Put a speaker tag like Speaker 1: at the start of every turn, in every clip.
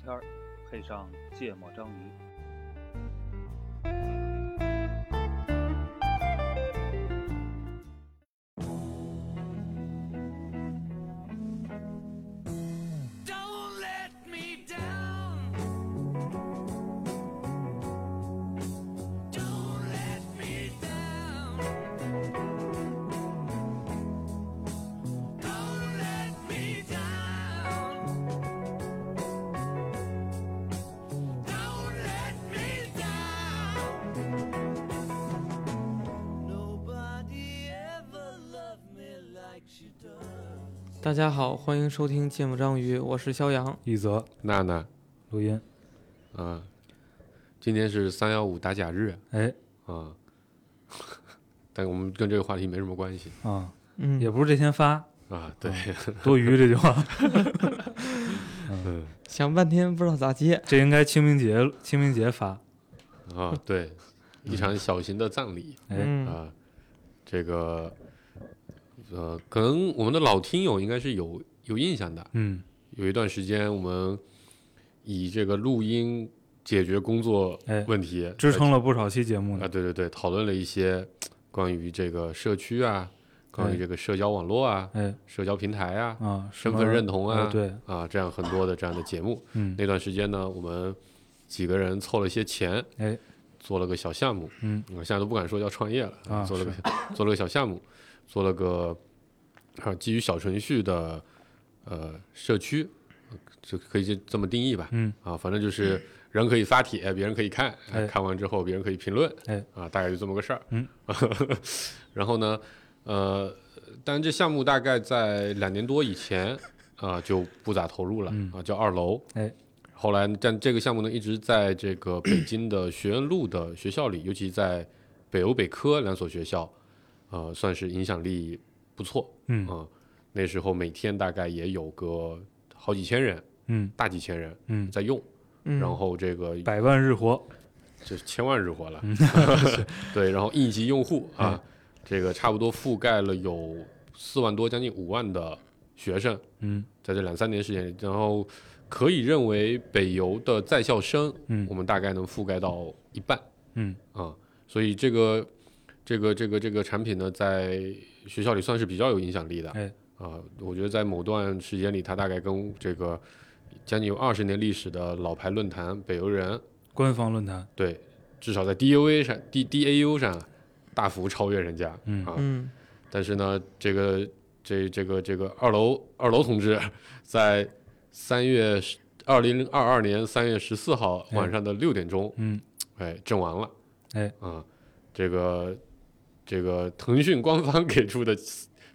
Speaker 1: 片儿，配上芥末章鱼。
Speaker 2: Don't let me down. Don't let me down. Don't let me down. Don't let me down. Nobody ever loved me like she does.
Speaker 3: 大家好，欢迎收听《芥末章鱼》，我是肖阳。
Speaker 4: 一则
Speaker 5: 娜娜
Speaker 4: 录音，
Speaker 5: 啊，今天是三幺五打假日
Speaker 4: 哎
Speaker 5: 啊，但我们跟这个话题没什么关系
Speaker 4: 啊，
Speaker 3: 嗯，
Speaker 4: 也不是这天发，
Speaker 5: 啊。对，
Speaker 4: 多余这句话，
Speaker 5: 嗯
Speaker 3: 想半天不知道咋接。
Speaker 4: 这应该清明节清明节发。
Speaker 5: 啊，对，一场小型的葬礼
Speaker 4: 哎，
Speaker 3: 嗯，
Speaker 5: 啊，这个呃，可能我们的老听友应该是有有印象的。
Speaker 4: 嗯，
Speaker 5: 有一段时间，我们以这个录音解决工作
Speaker 4: 哎
Speaker 5: 问题
Speaker 4: 支撑了不少期节目
Speaker 5: 啊，
Speaker 4: 呢。
Speaker 5: 对对对，讨论了一些关于这个社区啊，关
Speaker 4: 哎
Speaker 5: 于这个社交网络啊，
Speaker 4: 哎
Speaker 5: 社交平台啊，
Speaker 4: 啊，什
Speaker 5: 身
Speaker 4: 么
Speaker 5: 份认同啊，
Speaker 4: 哎对，
Speaker 5: 啊，这样很多的这样的节目。
Speaker 4: 嗯，
Speaker 5: 那段时间呢，我们几个人凑了些钱，
Speaker 4: 哎，
Speaker 5: 做了个小项目。
Speaker 4: 嗯，
Speaker 5: 我现在都不敢说叫创业了，
Speaker 4: 啊
Speaker 5: 做了个 做了个小项目，做了个啊基于小程序的呃社区，就可以这这么定义吧。
Speaker 4: 嗯，
Speaker 5: 啊，反正就是人可以发帖，别人可以看，
Speaker 4: 哎
Speaker 5: 看完之后别人可以评论，
Speaker 4: 哎，
Speaker 5: 啊，大概就这么个事儿。
Speaker 4: 嗯，
Speaker 5: 然后呢，呃，但这项目大概在两年多以前啊、就不咋投入了、
Speaker 4: 嗯
Speaker 5: 啊，叫二楼。
Speaker 4: 哎，
Speaker 5: 后来但这个项目呢，一直在这个 北京的学院路的学校里，尤其在北欧北科两所学校，呃，算是影响力不错。
Speaker 4: 嗯
Speaker 5: 啊那时候每天大概也有个好几千人，
Speaker 4: 嗯
Speaker 5: 大几千人
Speaker 4: 嗯，
Speaker 5: 在用，
Speaker 3: 嗯
Speaker 5: 然后这个
Speaker 4: 百嗯万日活，
Speaker 5: 这千万日活了， 对，然后应急用户啊，
Speaker 4: 哎
Speaker 5: 这个差不多覆盖了有四万多，将近五万的学生，
Speaker 4: 嗯
Speaker 5: 在这两三年时间里，然后可以认为北邮的在校生，
Speaker 4: 嗯
Speaker 5: 我们大概能覆盖到一半
Speaker 4: 嗯
Speaker 5: 啊，所以这个这个这个这个产品呢，在学校里算是比较有影响力的，
Speaker 4: 哎
Speaker 5: 啊，我觉得在某段时间里，它大概跟这个将近有二十年历史的老牌论坛北邮人。
Speaker 4: 官方论坛，
Speaker 5: 对，至少在 DUA 上、D DAU 上大幅超越人家。
Speaker 4: 嗯
Speaker 5: 啊，
Speaker 3: 嗯
Speaker 5: 但是呢，这个这这个这个二楼二楼同志在三月二零二二年三月十四号晚上的六点钟，
Speaker 4: 嗯
Speaker 5: 哎，阵亡了。
Speaker 4: 哎
Speaker 5: 啊，这个这个腾讯官方给出的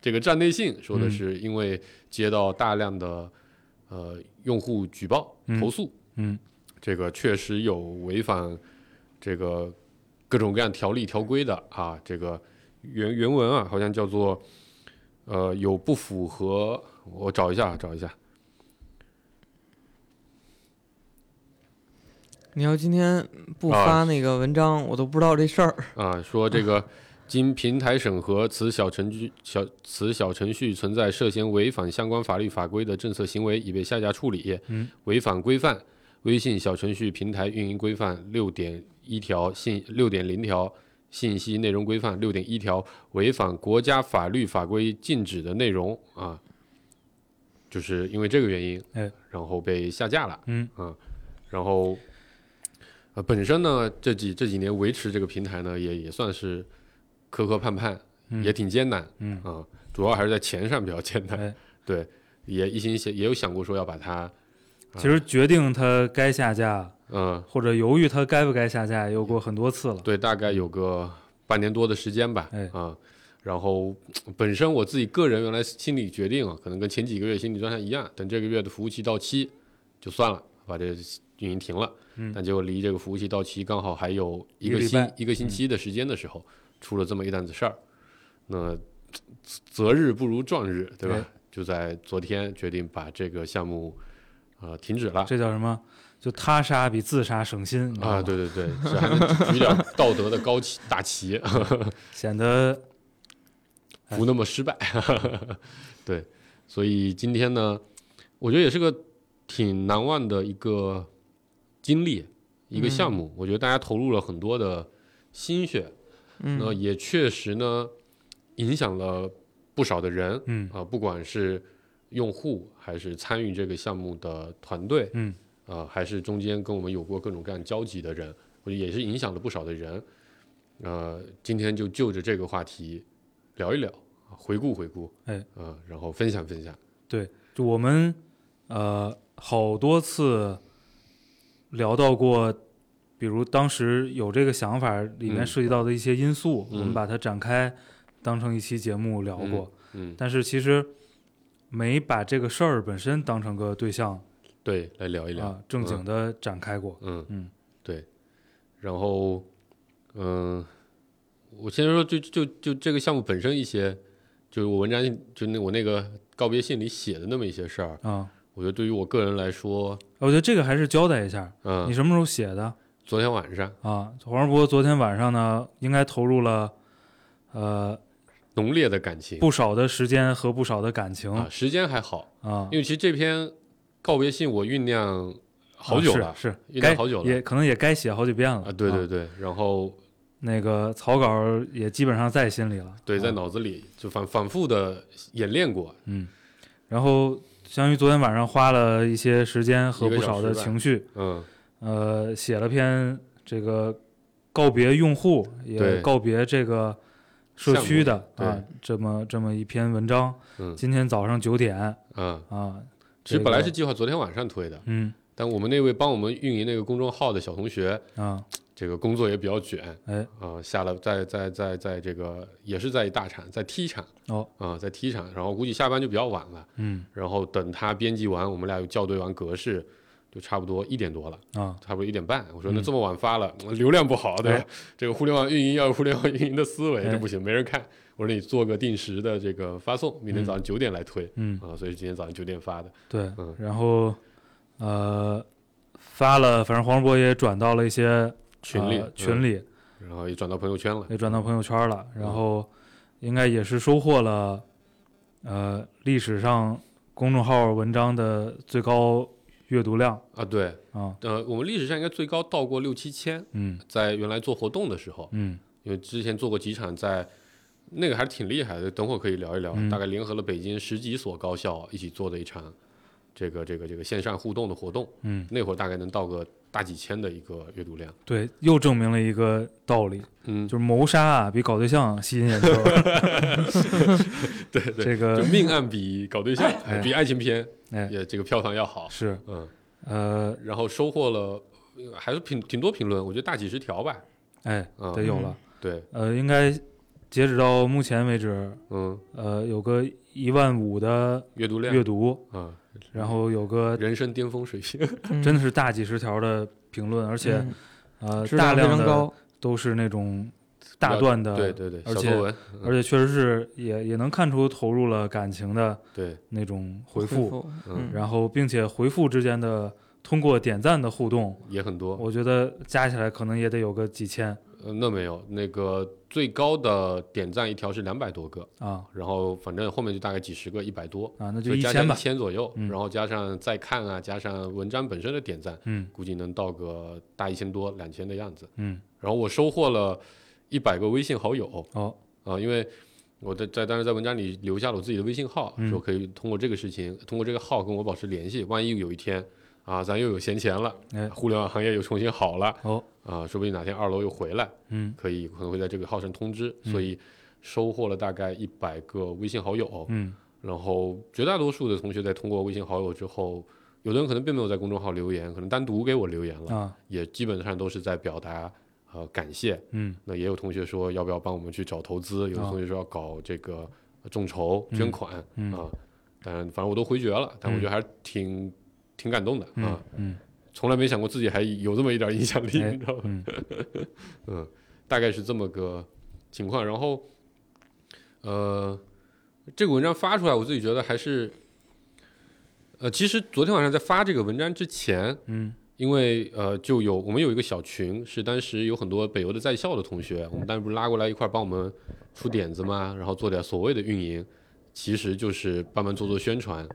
Speaker 5: 这个站内信说
Speaker 4: 嗯
Speaker 5: 的是因为接到大量的呃用户举报
Speaker 4: 嗯
Speaker 5: 投诉。
Speaker 4: 嗯
Speaker 5: 这个确实有违反这个各种各样条例条规的啊。这个原原文啊，好像叫做呃有不符合，我找一下啊找一下。
Speaker 3: 你要今天不发
Speaker 5: 啊
Speaker 3: 那个文章，我都不知道这事儿。
Speaker 5: 啊，说这个经平台审核，此小程序小此小程序存在涉嫌违反相关法律法规的政策行为，已被下架处理。
Speaker 4: 嗯，
Speaker 5: 违反规范《微信小程序平台运营规范》六点一条信六点零条。信息内容规范六点一条违反国家法律法规禁止的内容啊，就是因为这个原因，
Speaker 4: 哎，
Speaker 5: 然后被下架了，
Speaker 4: 嗯
Speaker 5: 啊，然后呃，本身呢，这几这几年维持这个平台呢，也也算是磕磕绊绊，
Speaker 4: 嗯
Speaker 5: 也挺艰难，
Speaker 4: 嗯
Speaker 5: 啊，主要还是在钱上比较艰难，
Speaker 4: 哎，
Speaker 5: 对，也一心想也有想过说要把它，
Speaker 4: 其实决定它该下架
Speaker 5: 嗯，
Speaker 4: 或者犹豫它该不该下架，有过很多次了。
Speaker 5: 对，大概有个半年多的时间吧，
Speaker 4: 哎
Speaker 5: 啊，然后本身我自己个人原来心理决定啊，可能跟前几个月心理状态一样，等这个月的服务器到期就算了，把这运营停了。
Speaker 4: 嗯
Speaker 5: 但结果离这个服务器到期刚好还有一
Speaker 4: 一个
Speaker 5: 个
Speaker 4: 礼
Speaker 5: 星
Speaker 4: 拜嗯
Speaker 5: 一个星期的时间的时候，出了这么一档子事儿，那嘖择日不如撞日，对吧？
Speaker 4: 哎
Speaker 5: 就在昨天决定把这个项目呃停止了。
Speaker 4: 这叫什么？就他杀比自杀省心你知道吗
Speaker 5: 啊，对对对，这还能举点道德的高旗大旗，
Speaker 4: 显得
Speaker 5: 不 那么失败。对，所以今天呢，我觉得也是个挺难忘的一个经历，一个项目。我觉得大家投入了很多的心血，那
Speaker 3: 嗯
Speaker 5: 也确实呢影响了不少的人，
Speaker 4: 嗯
Speaker 5: 啊、不管是用户还是参与这个项目的团队，
Speaker 4: 嗯，
Speaker 5: 啊、还是中间跟我们有过各种各样交集的人，我觉得也是影响了不少的人。呃，今天就就着这个话题聊一聊，啊回顾回顾，
Speaker 4: 哎，
Speaker 5: 呃，然后分享分享，
Speaker 4: 就我们呃好多次聊到过，比如当时有这个想法里面
Speaker 5: 嗯
Speaker 4: 涉及到的一些因素，
Speaker 5: 嗯
Speaker 4: 我们把它展开当成一期节目聊过，
Speaker 5: 嗯，
Speaker 4: 但是其实没把这个事儿本身当成个对象
Speaker 5: 对，嗯来聊一聊，
Speaker 4: 啊正经的展开过。
Speaker 5: 嗯
Speaker 4: 嗯，
Speaker 5: 对。然后，嗯、我先说就就就这个项目本身一些，就是我文章就那我那个告别信里写的那么一些事儿，
Speaker 4: 啊、
Speaker 5: 我觉得对于我个人来说，
Speaker 4: 我觉得这个还是交代一下，
Speaker 5: 嗯、
Speaker 4: 你什么时候写的？
Speaker 5: 昨天晚上
Speaker 4: 啊，黄世博昨天晚上呢，应该投入了呃
Speaker 5: 浓烈的感情
Speaker 4: 不嗯少的时间和不少的感情
Speaker 5: 啊，时间还好，
Speaker 4: 啊，
Speaker 5: 因为其实这篇告别信我酝酿好
Speaker 4: 啊
Speaker 5: 久了，
Speaker 4: 是嗯
Speaker 5: 酝
Speaker 4: 是
Speaker 5: 酿
Speaker 4: 该
Speaker 5: 好久了
Speaker 4: 也可能也该写好几遍了
Speaker 5: 啊，对对，对，然后
Speaker 4: 那个草稿也基本上在心里了，
Speaker 5: 对在
Speaker 4: 啊
Speaker 5: 脑子里就反反复的演练过，
Speaker 4: 嗯，然后相当于昨天晚上花了一些时间和
Speaker 5: 一个
Speaker 4: 不
Speaker 5: 小
Speaker 4: 少的
Speaker 5: 时吧
Speaker 4: 情绪，
Speaker 5: 嗯
Speaker 4: 呃，写了篇这个告别用户，也
Speaker 5: 对
Speaker 4: 告别这个社
Speaker 5: 项
Speaker 4: 区
Speaker 5: 目
Speaker 4: 的
Speaker 5: 对
Speaker 4: 啊，这么这么一篇文章，
Speaker 5: 嗯
Speaker 4: 今天早上九点
Speaker 5: 啊，
Speaker 4: 啊。
Speaker 5: 其实本来
Speaker 4: 这个
Speaker 5: 是计划昨天晚上推的，
Speaker 4: 嗯
Speaker 5: 但我们那位帮我们运营那个公众号的小同学，
Speaker 4: 啊，
Speaker 5: 这个工作也比较卷，
Speaker 4: 哎
Speaker 5: 啊、下了在在在在这个也是在一大厂，在 T 厂
Speaker 4: 哦
Speaker 5: 啊、在 T 厂，然后估计下班就比较晚了，
Speaker 4: 嗯
Speaker 5: 然后等他编辑完，我们俩又校对完格式，就差不多一点多了，
Speaker 4: 啊，
Speaker 5: 差不多一点半。我说那这么晚发了， 流量不好，对吧？
Speaker 4: 哎
Speaker 5: 这个互联网运营要有互联网运营的思维，
Speaker 4: 哎
Speaker 5: 这不行，没人看。我说你做个定时的这个发送，明天早上九点来推
Speaker 4: 嗯
Speaker 5: 啊、所以今天早上九点发的，
Speaker 4: 对
Speaker 5: 嗯，
Speaker 4: 然后呃发了，反正黄世博也转到了一些
Speaker 5: 群里、
Speaker 4: 呃群里，
Speaker 5: 嗯，然后也转到朋友圈了，
Speaker 4: 也转到朋友圈了，然后应该也是收获了呃历史上公众号文章的最高阅读量
Speaker 5: 啊，对。
Speaker 4: 啊，
Speaker 5: 呃，我们历史上应该最高到过六七千，
Speaker 4: 嗯
Speaker 5: 在原来做活动的时候，
Speaker 4: 嗯
Speaker 5: 因为之前做过几场在，那个还是挺厉害的，等会儿可以聊一聊。
Speaker 4: 嗯
Speaker 5: 大概联合了北京十几所高校一起做的一场这个这个这个线上互动的活动，
Speaker 4: 嗯，
Speaker 5: 那会儿大概能到个大几千的一个阅读量。
Speaker 4: 对，又证明了一个道理，
Speaker 5: 嗯，
Speaker 4: 就是谋杀啊比搞对象吸引眼球，
Speaker 5: 对对，
Speaker 4: 这
Speaker 5: 就
Speaker 4: 个
Speaker 5: 命案比搞对象，
Speaker 4: 哎
Speaker 5: 比爱情片
Speaker 4: 哎
Speaker 5: 也这个票房要好。
Speaker 4: 是
Speaker 5: 嗯，
Speaker 4: 呃
Speaker 5: 然后收获了呃还是挺挺多评论，我觉得大几十条吧。
Speaker 4: 哎
Speaker 5: 嗯
Speaker 4: 得有了。
Speaker 5: 对，
Speaker 3: 嗯
Speaker 4: 呃，应该截止到目前为止，
Speaker 5: 嗯，
Speaker 4: 呃，有个一万五的
Speaker 5: 阅读量
Speaker 4: 阅读，
Speaker 5: 啊，
Speaker 4: 然后有个
Speaker 5: 人生巅峰水平。
Speaker 4: 真的是大几十条的评论，而且、
Speaker 3: 嗯
Speaker 4: 呃，
Speaker 3: 质
Speaker 4: 大
Speaker 3: 量非常
Speaker 4: 量的
Speaker 3: 高，
Speaker 4: 都是那种大段的，
Speaker 5: 对对对，
Speaker 4: 而
Speaker 5: 小
Speaker 4: 且
Speaker 5: 作文，嗯
Speaker 4: 而且确实是也也能看出投入了感情的
Speaker 5: 对，
Speaker 4: 那种回复，
Speaker 5: 嗯，
Speaker 4: 然后并且回复之间的通过点赞的互动，
Speaker 5: 也很多。
Speaker 4: 我觉得加起来可能也得有个几千
Speaker 5: 呃，那没有，那个最高的点赞一条是两百多个，
Speaker 4: 啊
Speaker 5: 然后反正后面就大概几十个，一百多，
Speaker 4: 啊，那就
Speaker 5: 所以
Speaker 4: 一
Speaker 5: 加
Speaker 4: 千
Speaker 5: 一
Speaker 4: 吧，
Speaker 5: 千左右，
Speaker 4: 嗯
Speaker 5: 然后加上再看啊，加上文章本身的点赞，
Speaker 4: 嗯
Speaker 5: 估计能到个大一千多、两千的样子。
Speaker 4: 嗯，
Speaker 5: 然后我收获了一百个微信好友
Speaker 4: 哦
Speaker 5: 啊、因为。我在在当时在文章里留下了我自己的微信号，
Speaker 4: 嗯
Speaker 5: 说可以通过这个事情，通过这个号跟我保持联系。万一有一天啊，咱又有闲钱了，
Speaker 4: 哎
Speaker 5: 互联网行业又重新好了，
Speaker 4: 哦
Speaker 5: 啊，说不定哪天二楼又回来，
Speaker 4: 嗯
Speaker 5: 可以可能会在这个号上通知，
Speaker 4: 嗯
Speaker 5: 所以收获了大概一百个微信好友，
Speaker 4: 嗯
Speaker 5: 然后绝大多数的同学在通过微信好友之后，有的人可能并没有在公众号留言，可能单独给我留言了，
Speaker 4: 啊
Speaker 5: 也基本上都是在表达呃感谢。
Speaker 4: 嗯
Speaker 5: 那也有同学说要不要帮我们去找投资，有的
Speaker 4: 啊
Speaker 5: 同学说要搞这个呃众筹
Speaker 4: 嗯
Speaker 5: 捐款啊、
Speaker 4: 嗯
Speaker 5: 当然反正我都回绝了，但我觉得还是挺、挺感动的啊、
Speaker 4: 嗯嗯
Speaker 5: 从来没想过自己还有这么一点影响力，
Speaker 4: 哎
Speaker 5: 你知道吗？
Speaker 4: 嗯
Speaker 5: 嗯，大概是这么个情况。然后，呃，这个文章发出来，我自己觉得还是，呃，其实昨天晚上在发这个文章之前，
Speaker 4: 嗯
Speaker 5: 因为呃，就有我们有一个小群，是当时有很多北邮的在校的同学，我们当时不是拉过来一块儿帮我们出点子嘛，然后做点所谓的运营，其实就是帮忙做做宣传，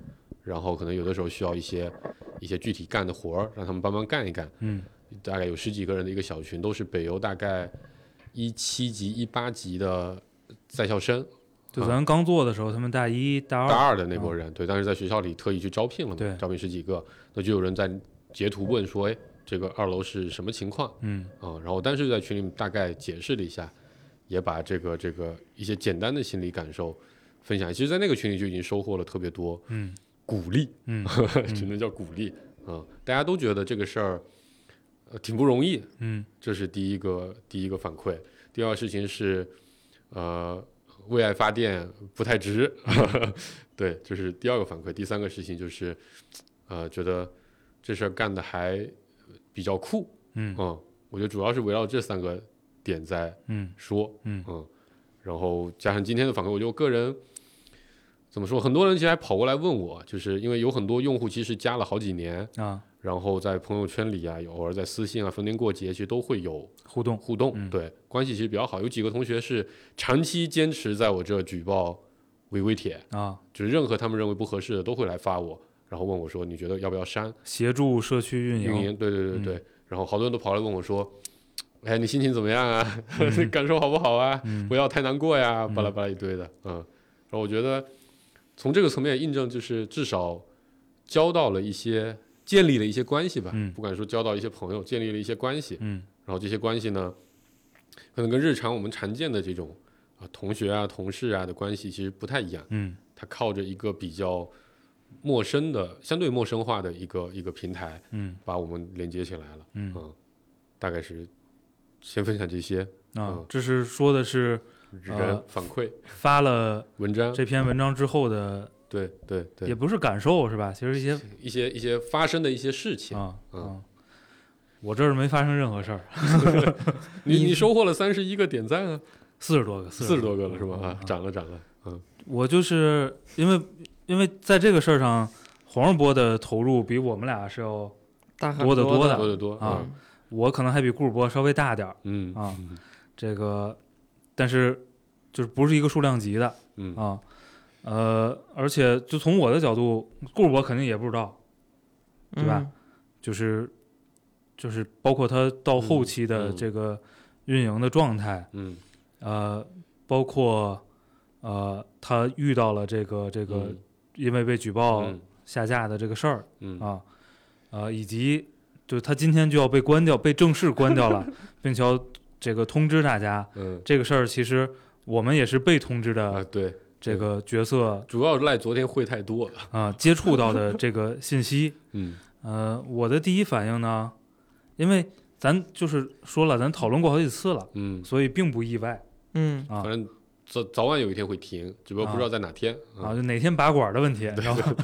Speaker 5: 然后可能有的时候需要一些一些具体干的活儿，让他们帮忙干一干。
Speaker 4: 嗯，
Speaker 5: 大概有十几个人的一个小群，都是北邮大概一七级、一八级的在校生，
Speaker 4: 就
Speaker 5: 啊
Speaker 4: 咱刚做的时候，他们大一、大二，
Speaker 5: 大二的那波人，对，但是在学校里特意去招聘了
Speaker 4: 啊对
Speaker 5: 嘛，招聘十几个，那就有人在截图问说，哎，这个二楼是什么情况
Speaker 4: 嗯
Speaker 5: 啊、然后但是在群里大概解释了一下，也把这个这个一些简单的心理感受分享。其实，在那个群里就已经收获了特别多
Speaker 4: 嗯
Speaker 5: 鼓励，
Speaker 4: 嗯
Speaker 5: 只能叫鼓励啊、大家都觉得这个事儿呃挺不容易，
Speaker 4: 嗯
Speaker 5: 这是第一个第一个反馈。第二个事情是，呃，为爱发电不太值， 对，这是第二个反馈。第三个事情就是，呃，觉得这事儿干的还比较酷，
Speaker 4: 嗯
Speaker 5: 嗯，我觉得主要是围绕这三个点在
Speaker 4: 嗯
Speaker 5: 说，
Speaker 4: 嗯
Speaker 5: 嗯，然后加上今天的反馈，我就个人怎么说，很多人其实还跑过来问我，就是因为有很多用户其实加了好几年，
Speaker 4: 啊，
Speaker 5: 然后在朋友圈里啊，有偶尔在私信啊，逢年过节其实都会有
Speaker 4: 互动，
Speaker 5: 互动，
Speaker 4: 嗯
Speaker 5: 对关系其实比较好。有几个同学是长期坚持在我这举报违规帖，
Speaker 4: 啊，
Speaker 5: 就是任何他们认为不合适的都会来发我，然后问我说你觉得要不要删
Speaker 4: 协助社区运
Speaker 5: 运
Speaker 4: 营，
Speaker 5: 营？对对对对，然后好多人都跑来问我说。哎，你心情怎么样啊？ 感受好不好啊？不要太难过呀，巴拉巴拉一堆的，嗯。然后我觉得从这个层面印证，就是至少交到了一些，建立了一些关系吧。
Speaker 4: 嗯
Speaker 5: 不管说交到一些朋友，建立了一些关系，
Speaker 4: 嗯
Speaker 5: 然后这些关系呢，可能跟日常我们常见的这种啊同学啊、同事啊的关系其实不太一样。
Speaker 4: 嗯
Speaker 5: 它靠着一个比较陌生的、相对陌生化的一个一个平台，
Speaker 4: 嗯
Speaker 5: 把我们连接起来了。
Speaker 4: 嗯
Speaker 5: 大概是先分享这些
Speaker 4: 啊
Speaker 5: 嗯，
Speaker 4: 这是说的是
Speaker 5: 人
Speaker 4: 呃
Speaker 5: 反馈、
Speaker 4: 发了
Speaker 5: 文章，
Speaker 4: 这篇文章之后的，
Speaker 5: 对对对，
Speaker 4: 也不是感受是吧？其实一些
Speaker 5: 一些一些发生的一些事情。
Speaker 4: 啊
Speaker 5: 嗯
Speaker 4: 啊，我这儿没发生任何事儿，
Speaker 5: 你你收获了三十一个点赞啊，
Speaker 4: 四十多个，
Speaker 5: 四十多个
Speaker 4: 个
Speaker 5: 了是吧？啊，
Speaker 4: 嗯
Speaker 5: 涨了涨了。嗯
Speaker 4: 我就是因为因为在这个事儿上，黄世波的投入比我们俩是要，
Speaker 3: 大很
Speaker 4: 多得多的
Speaker 5: 多得多
Speaker 4: 啊我可能还比顾主播稍微大点儿
Speaker 5: 嗯嗯
Speaker 4: 啊，这个，但是就是不是一个数量级的
Speaker 5: 嗯
Speaker 4: 啊，呃，而且就从我的角度，顾主播肯定也不知道，
Speaker 3: 嗯
Speaker 4: 对吧？就是就是包括他到后期的
Speaker 5: 嗯嗯
Speaker 4: 这个运营的状态，
Speaker 5: 嗯
Speaker 4: 呃，包括呃，他遇到了这个这个
Speaker 5: 嗯
Speaker 4: 因为被举报
Speaker 5: 嗯
Speaker 4: 下架的这个事儿、
Speaker 5: 嗯
Speaker 4: 啊，呃，以及就是他今天就要被关掉，被正式关掉 了，并且要这个通知大家
Speaker 5: 嗯
Speaker 4: 这个事儿。其实我们也是被通知
Speaker 5: 啊，
Speaker 4: 的
Speaker 5: 对，
Speaker 4: 这个角色
Speaker 5: 主要赖昨天会太多了。
Speaker 4: 啊、接触到的这个信息。
Speaker 5: 嗯
Speaker 4: 呃，我的第一反应呢，因为咱就是说了，咱讨论过好几次了，
Speaker 5: 嗯，
Speaker 4: 所以并不意外
Speaker 3: 嗯
Speaker 4: 啊
Speaker 5: 反。正早早晚有一天会停，只不过不知道在哪天
Speaker 4: 啊，。就哪天拔管儿的问题，你知道吗？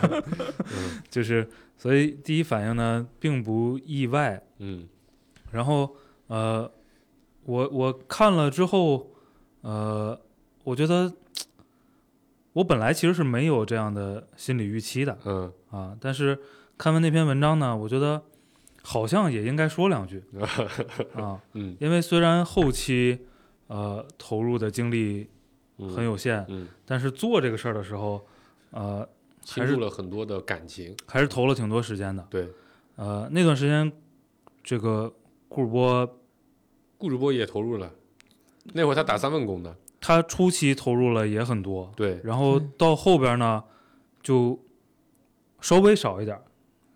Speaker 5: 嗯
Speaker 4: 就是，所以第一反应呢，并不意外。
Speaker 5: 嗯
Speaker 4: 然后，呃，我我看了之后，呃，我觉得我本来其实是没有这样的心理预期的
Speaker 5: 嗯
Speaker 4: 啊，但是看完那篇文章呢，我觉得好像也应该说两 句啊，
Speaker 5: 嗯
Speaker 4: 因为虽然后期呃投入的精力
Speaker 5: 嗯，
Speaker 4: 很有限，
Speaker 5: 嗯，
Speaker 4: 但是做这个事儿的时候，呃，
Speaker 5: 倾注了很多的感情。
Speaker 4: 还是投了挺多时间的。
Speaker 5: 对，
Speaker 4: 呃，那段时间，这个顾主播
Speaker 5: 顾主播也投入了，那会儿他打三份工的。
Speaker 4: 他初期投入了也很多，
Speaker 5: 对，
Speaker 4: 然后
Speaker 3: 对
Speaker 4: 到后边呢，就稍微少一点儿，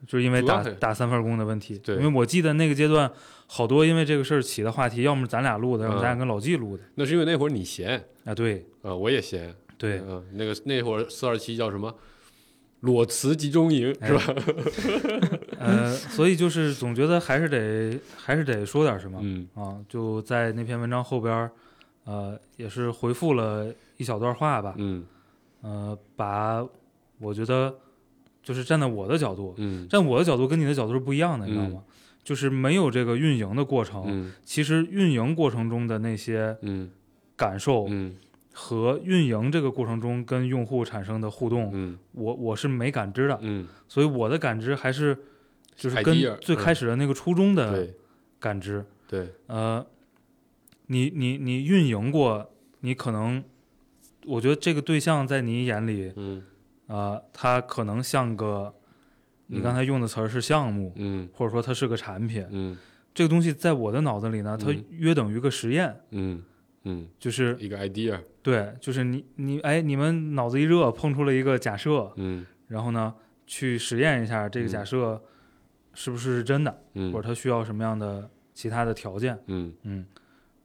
Speaker 4: 就是因为
Speaker 5: 主要
Speaker 4: 打
Speaker 5: 还是
Speaker 4: 打三份工的问题。
Speaker 5: 对
Speaker 4: 因为我记得那个阶段，好多因为这个事儿起的话题，要么咱俩录的，要么咱俩
Speaker 5: 嗯
Speaker 4: 跟老纪录的。
Speaker 5: 那是因为那会儿你闲，
Speaker 4: 啊，对
Speaker 5: 啊，我也闲。
Speaker 4: 对，
Speaker 5: 嗯，那个那会儿四二七叫什么？裸辞集中营
Speaker 4: 哎
Speaker 5: 是吧？
Speaker 4: 呃，所以就是总觉得还是得还是得说点什么。
Speaker 5: 嗯
Speaker 4: 啊，就在那篇文章后边儿，呃，也是回复了一小段话吧，
Speaker 5: 嗯
Speaker 4: 呃，把我觉得就是站在我的角度，
Speaker 5: 嗯
Speaker 4: 站我的角度跟你的角度是不一样的，你知道
Speaker 5: 嗯
Speaker 4: 吗？就是没有这个运营的过程，
Speaker 5: 嗯
Speaker 4: 其实运营过程中的那些
Speaker 5: 嗯
Speaker 4: 感受
Speaker 5: 嗯
Speaker 4: 和运营这个过程中跟用户产生的互动，
Speaker 5: 嗯
Speaker 4: 我我是没感知的，
Speaker 5: 嗯，
Speaker 4: 所以我的感知还是就是跟
Speaker 5: Idea，
Speaker 4: 最开始的那个初衷的
Speaker 5: 对
Speaker 4: 感知。
Speaker 5: 对，
Speaker 4: 呃，你你你运营过，你可能，我觉得这个对象在你眼里，
Speaker 5: 嗯
Speaker 4: 呃，他可能像个
Speaker 5: 嗯
Speaker 4: 你刚才用的词儿是项目，
Speaker 5: 嗯
Speaker 4: 或者说它是个产品，
Speaker 5: 嗯
Speaker 4: 这个东西在我的脑子里呢，它
Speaker 5: 嗯
Speaker 4: 约等于个实验，
Speaker 5: 嗯嗯，
Speaker 4: 就是
Speaker 5: 一个 idea，
Speaker 4: 对，就是你你哎，你们脑子一热碰出了一个假设，
Speaker 5: 嗯
Speaker 4: 然后呢去实验一下这个假设是不是真的，或者
Speaker 5: 嗯
Speaker 4: 它需要什么样的其他的条件，
Speaker 5: 嗯
Speaker 4: 嗯，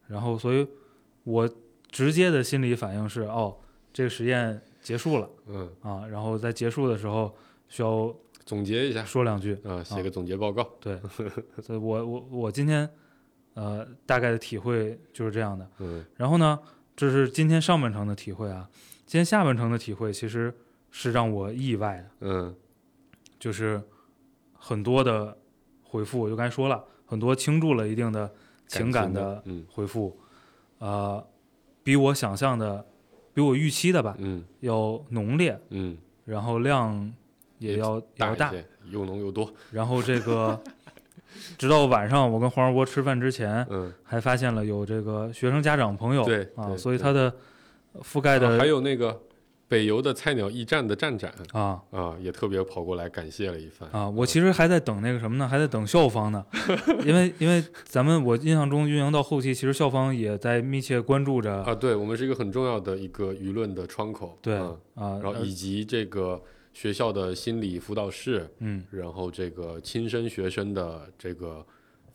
Speaker 4: 然后所以我直接的心理反应是哦，这个实验结束了
Speaker 5: 嗯，
Speaker 4: 啊，然后在结束的时候需要
Speaker 5: 总结一下
Speaker 4: 说两句，
Speaker 5: 啊，写个总结报告，
Speaker 4: 对，所以我我我今天呃大概的体会就是这样的。
Speaker 5: 嗯
Speaker 4: 然后呢，这是今天上半程的体会啊，今天下半程的体会其实是让我意外的，
Speaker 5: 嗯
Speaker 4: 就是很多的回复，我就刚才说了，很多倾注了一定的情感的
Speaker 5: 嗯
Speaker 4: 回复，呃，比我想象的，比我预期的吧，
Speaker 5: 嗯
Speaker 4: 要浓烈，
Speaker 5: 嗯，
Speaker 4: 然后量也要也要
Speaker 5: 大
Speaker 4: 大
Speaker 5: 一，些，又浓又多，
Speaker 4: 然后这个直到晚上我跟黄世博吃饭之前，
Speaker 5: 嗯，
Speaker 4: 还发现了有这个学生家长朋友，
Speaker 5: 对
Speaker 4: 啊，
Speaker 5: 对
Speaker 4: 所以
Speaker 5: 对
Speaker 4: 它的覆盖的
Speaker 5: 啊还有那个北邮的菜鸟驿站的站长
Speaker 4: 啊
Speaker 5: 啊，也特别跑过来感谢了一番，
Speaker 4: 啊，我其实还在等那个什么呢？还在等校方呢，因为因为咱们我印象中运营到后期，其实校方也在密切关注着，
Speaker 5: 啊，对我们是一个很重要的一个舆论的窗口，
Speaker 4: 对
Speaker 5: 嗯
Speaker 4: 啊，
Speaker 5: 然后
Speaker 4: 呃
Speaker 5: 以及这个学校的心理辅导室，
Speaker 4: 嗯，
Speaker 5: 然后这个亲生学生的这个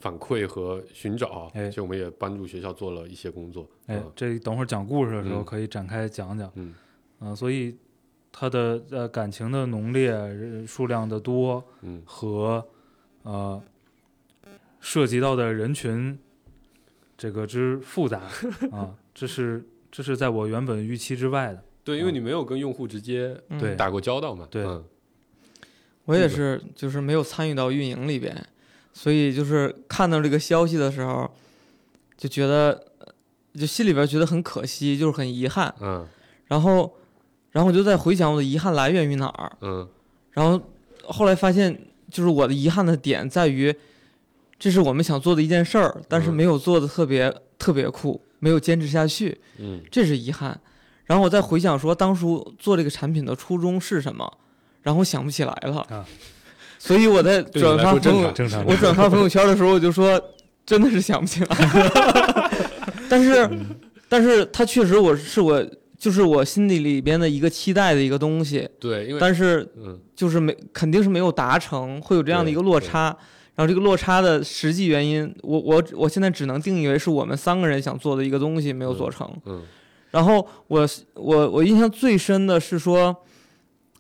Speaker 5: 反馈和寻找，啊
Speaker 4: 哎
Speaker 5: 其实我们也帮助学校做了一些工作，
Speaker 4: 哎
Speaker 5: 嗯，
Speaker 4: 这等会儿讲故事的时候
Speaker 5: 嗯
Speaker 4: 可以展开讲讲，
Speaker 5: 嗯
Speaker 4: 啊，所以它的呃感情的浓烈、呃数量的多
Speaker 5: 嗯
Speaker 4: 和呃涉及到的人群这个之复 杂啊，这是这是在我原本预期之外的。
Speaker 5: 对，因为你没有跟用户直接
Speaker 3: 嗯
Speaker 4: 嗯对
Speaker 5: 打过交道嘛，
Speaker 4: 对
Speaker 5: 嗯
Speaker 3: 我也是，就是没有参与到运营里边，所以就是看到这个消息的时候，就觉得就心里边觉得很可惜，就是很遗憾。
Speaker 5: 嗯
Speaker 3: 然后，然后我就在回想我的遗憾来源于哪儿。
Speaker 5: 嗯
Speaker 3: 然后后来发现，就是我的遗憾的点在于，这是我们想做的一件事儿，但是
Speaker 5: 嗯
Speaker 3: 没有做的特别、特别酷，没有坚持下去，
Speaker 5: 嗯
Speaker 3: 这是遗憾。然后我再回想说，当初做这个产品的初衷是什么，然后想不起来了。
Speaker 4: 啊
Speaker 3: 所以我在
Speaker 5: 对你
Speaker 3: 转
Speaker 5: 来
Speaker 3: 发
Speaker 5: 说
Speaker 3: 朋
Speaker 5: 正
Speaker 3: 友
Speaker 5: 常，
Speaker 4: 正常
Speaker 3: 我转发朋友圈的时候，我就说真的是想不起来， 但是，
Speaker 5: 嗯
Speaker 3: 但是它确实我是我就是我心底里边的一个期待的一个东西，
Speaker 5: 对，因为
Speaker 3: 但是
Speaker 5: 嗯
Speaker 3: 就是没肯定是没有达成，会有这样的一个落差。然后这个落差的实际原因，我我我现在只能定义为是我们三个人想做的一个东西没有做成。
Speaker 5: 嗯
Speaker 3: 然后我我我印象最深的是说，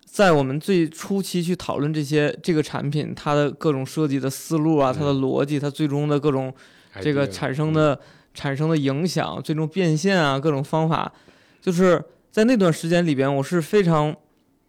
Speaker 3: 在我们最初期去讨论这些这个产品它的各种设计的思路啊，
Speaker 5: 嗯
Speaker 3: 它的逻辑，它最终的各种这个
Speaker 5: idea，
Speaker 3: 产生
Speaker 4: 嗯
Speaker 3: 的产生的影响，最终变现啊，各种方法，就是在那段时间里边，我是非常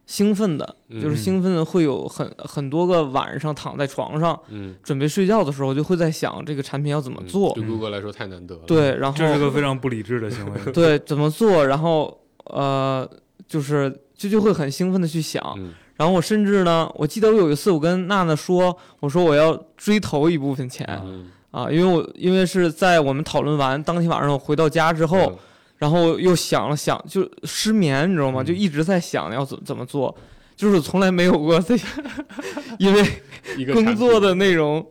Speaker 3: 兴奋的，就是
Speaker 4: 嗯
Speaker 3: 兴奋的会有很很多个晚上躺在床上
Speaker 5: 嗯
Speaker 3: 准备睡觉的时候，就会在想这个产品要怎么
Speaker 5: 嗯
Speaker 3: 做，
Speaker 5: 对 Google 来说太难得了，
Speaker 3: 对，然后
Speaker 4: 这是个非常不理智的 行为。
Speaker 3: 对，怎么做，然后呃，就是就就会很兴奋的去想。
Speaker 5: 嗯
Speaker 3: 然后我甚至呢，我记得我有一次我跟娜娜说，我说我要追投一部分钱
Speaker 4: 啊
Speaker 5: 嗯
Speaker 3: 啊，因为我因为是在我们讨论完当天晚上我回到家之
Speaker 5: 嗯
Speaker 3: 后，然后又想了想，就失眠，你知道吗？
Speaker 4: 嗯
Speaker 3: 就一直在想要怎怎么做，就是从来没有过自 己因为
Speaker 5: 嗯一个
Speaker 3: 工
Speaker 5: 产
Speaker 3: 作
Speaker 5: 品
Speaker 3: 的内容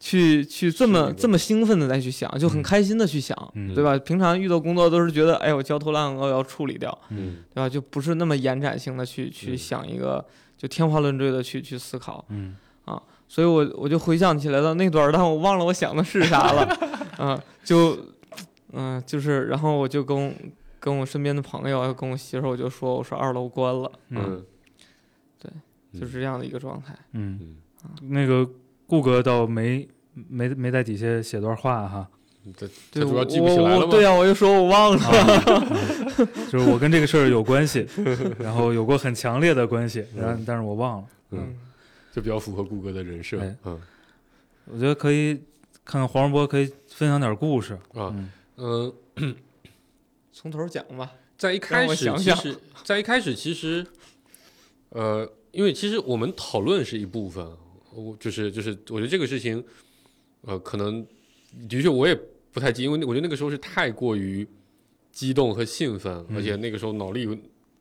Speaker 3: 去去这
Speaker 5: 是
Speaker 3: 么
Speaker 5: 一个
Speaker 3: 这么兴奋的再去想，就很
Speaker 4: 嗯
Speaker 3: 开心的去想。
Speaker 4: 嗯
Speaker 3: 对吧？平常遇到工作都是觉得，哎，我焦头烂额要处理掉，
Speaker 5: 嗯
Speaker 3: 对吧？就不是那么延展性的去去
Speaker 5: 嗯
Speaker 3: 想一个，就天花乱坠的去去思考。
Speaker 4: 嗯，
Speaker 3: 所以我我就回想起来了那段儿，但我忘了我想的是啥了，嗯、就嗯、就是，然后我就跟跟我身边的朋友，还有啊跟我媳妇儿，我就说，我说二楼关了，
Speaker 4: 嗯
Speaker 5: 嗯嗯
Speaker 3: 就是这样的一个状态。
Speaker 4: 嗯，
Speaker 5: 嗯
Speaker 4: 那个顾哥倒没没没在底下写段话 哈，
Speaker 5: 嗯，这
Speaker 3: 对，
Speaker 5: 这主
Speaker 3: 我
Speaker 5: 要记不起来
Speaker 3: 我
Speaker 5: 了
Speaker 3: 我
Speaker 5: 吗？
Speaker 3: 对啊呀、我就说我忘了。
Speaker 4: 就是我跟这个事儿有关 系，然后有过很强烈的关系，然后但是我忘了。
Speaker 5: 嗯，这比较符合谷歌的人设
Speaker 4: 哎，
Speaker 5: 嗯
Speaker 4: 我觉得可以看看黄世博可以分享点故事。
Speaker 5: 啊
Speaker 4: 嗯
Speaker 5: 嗯，
Speaker 3: 从头讲吧。
Speaker 5: 在一开
Speaker 3: 让我
Speaker 5: 始，
Speaker 3: 想
Speaker 5: 其
Speaker 3: 想
Speaker 5: 实，在一开始，其实，呃，因为其实我们讨论是一部分，我就是就是，我觉得这个事情，呃，可能的确我也不太记，因为那我觉得那个时候是太过于
Speaker 4: 嗯嗯
Speaker 5: 激动和兴奋，而且那个时候脑力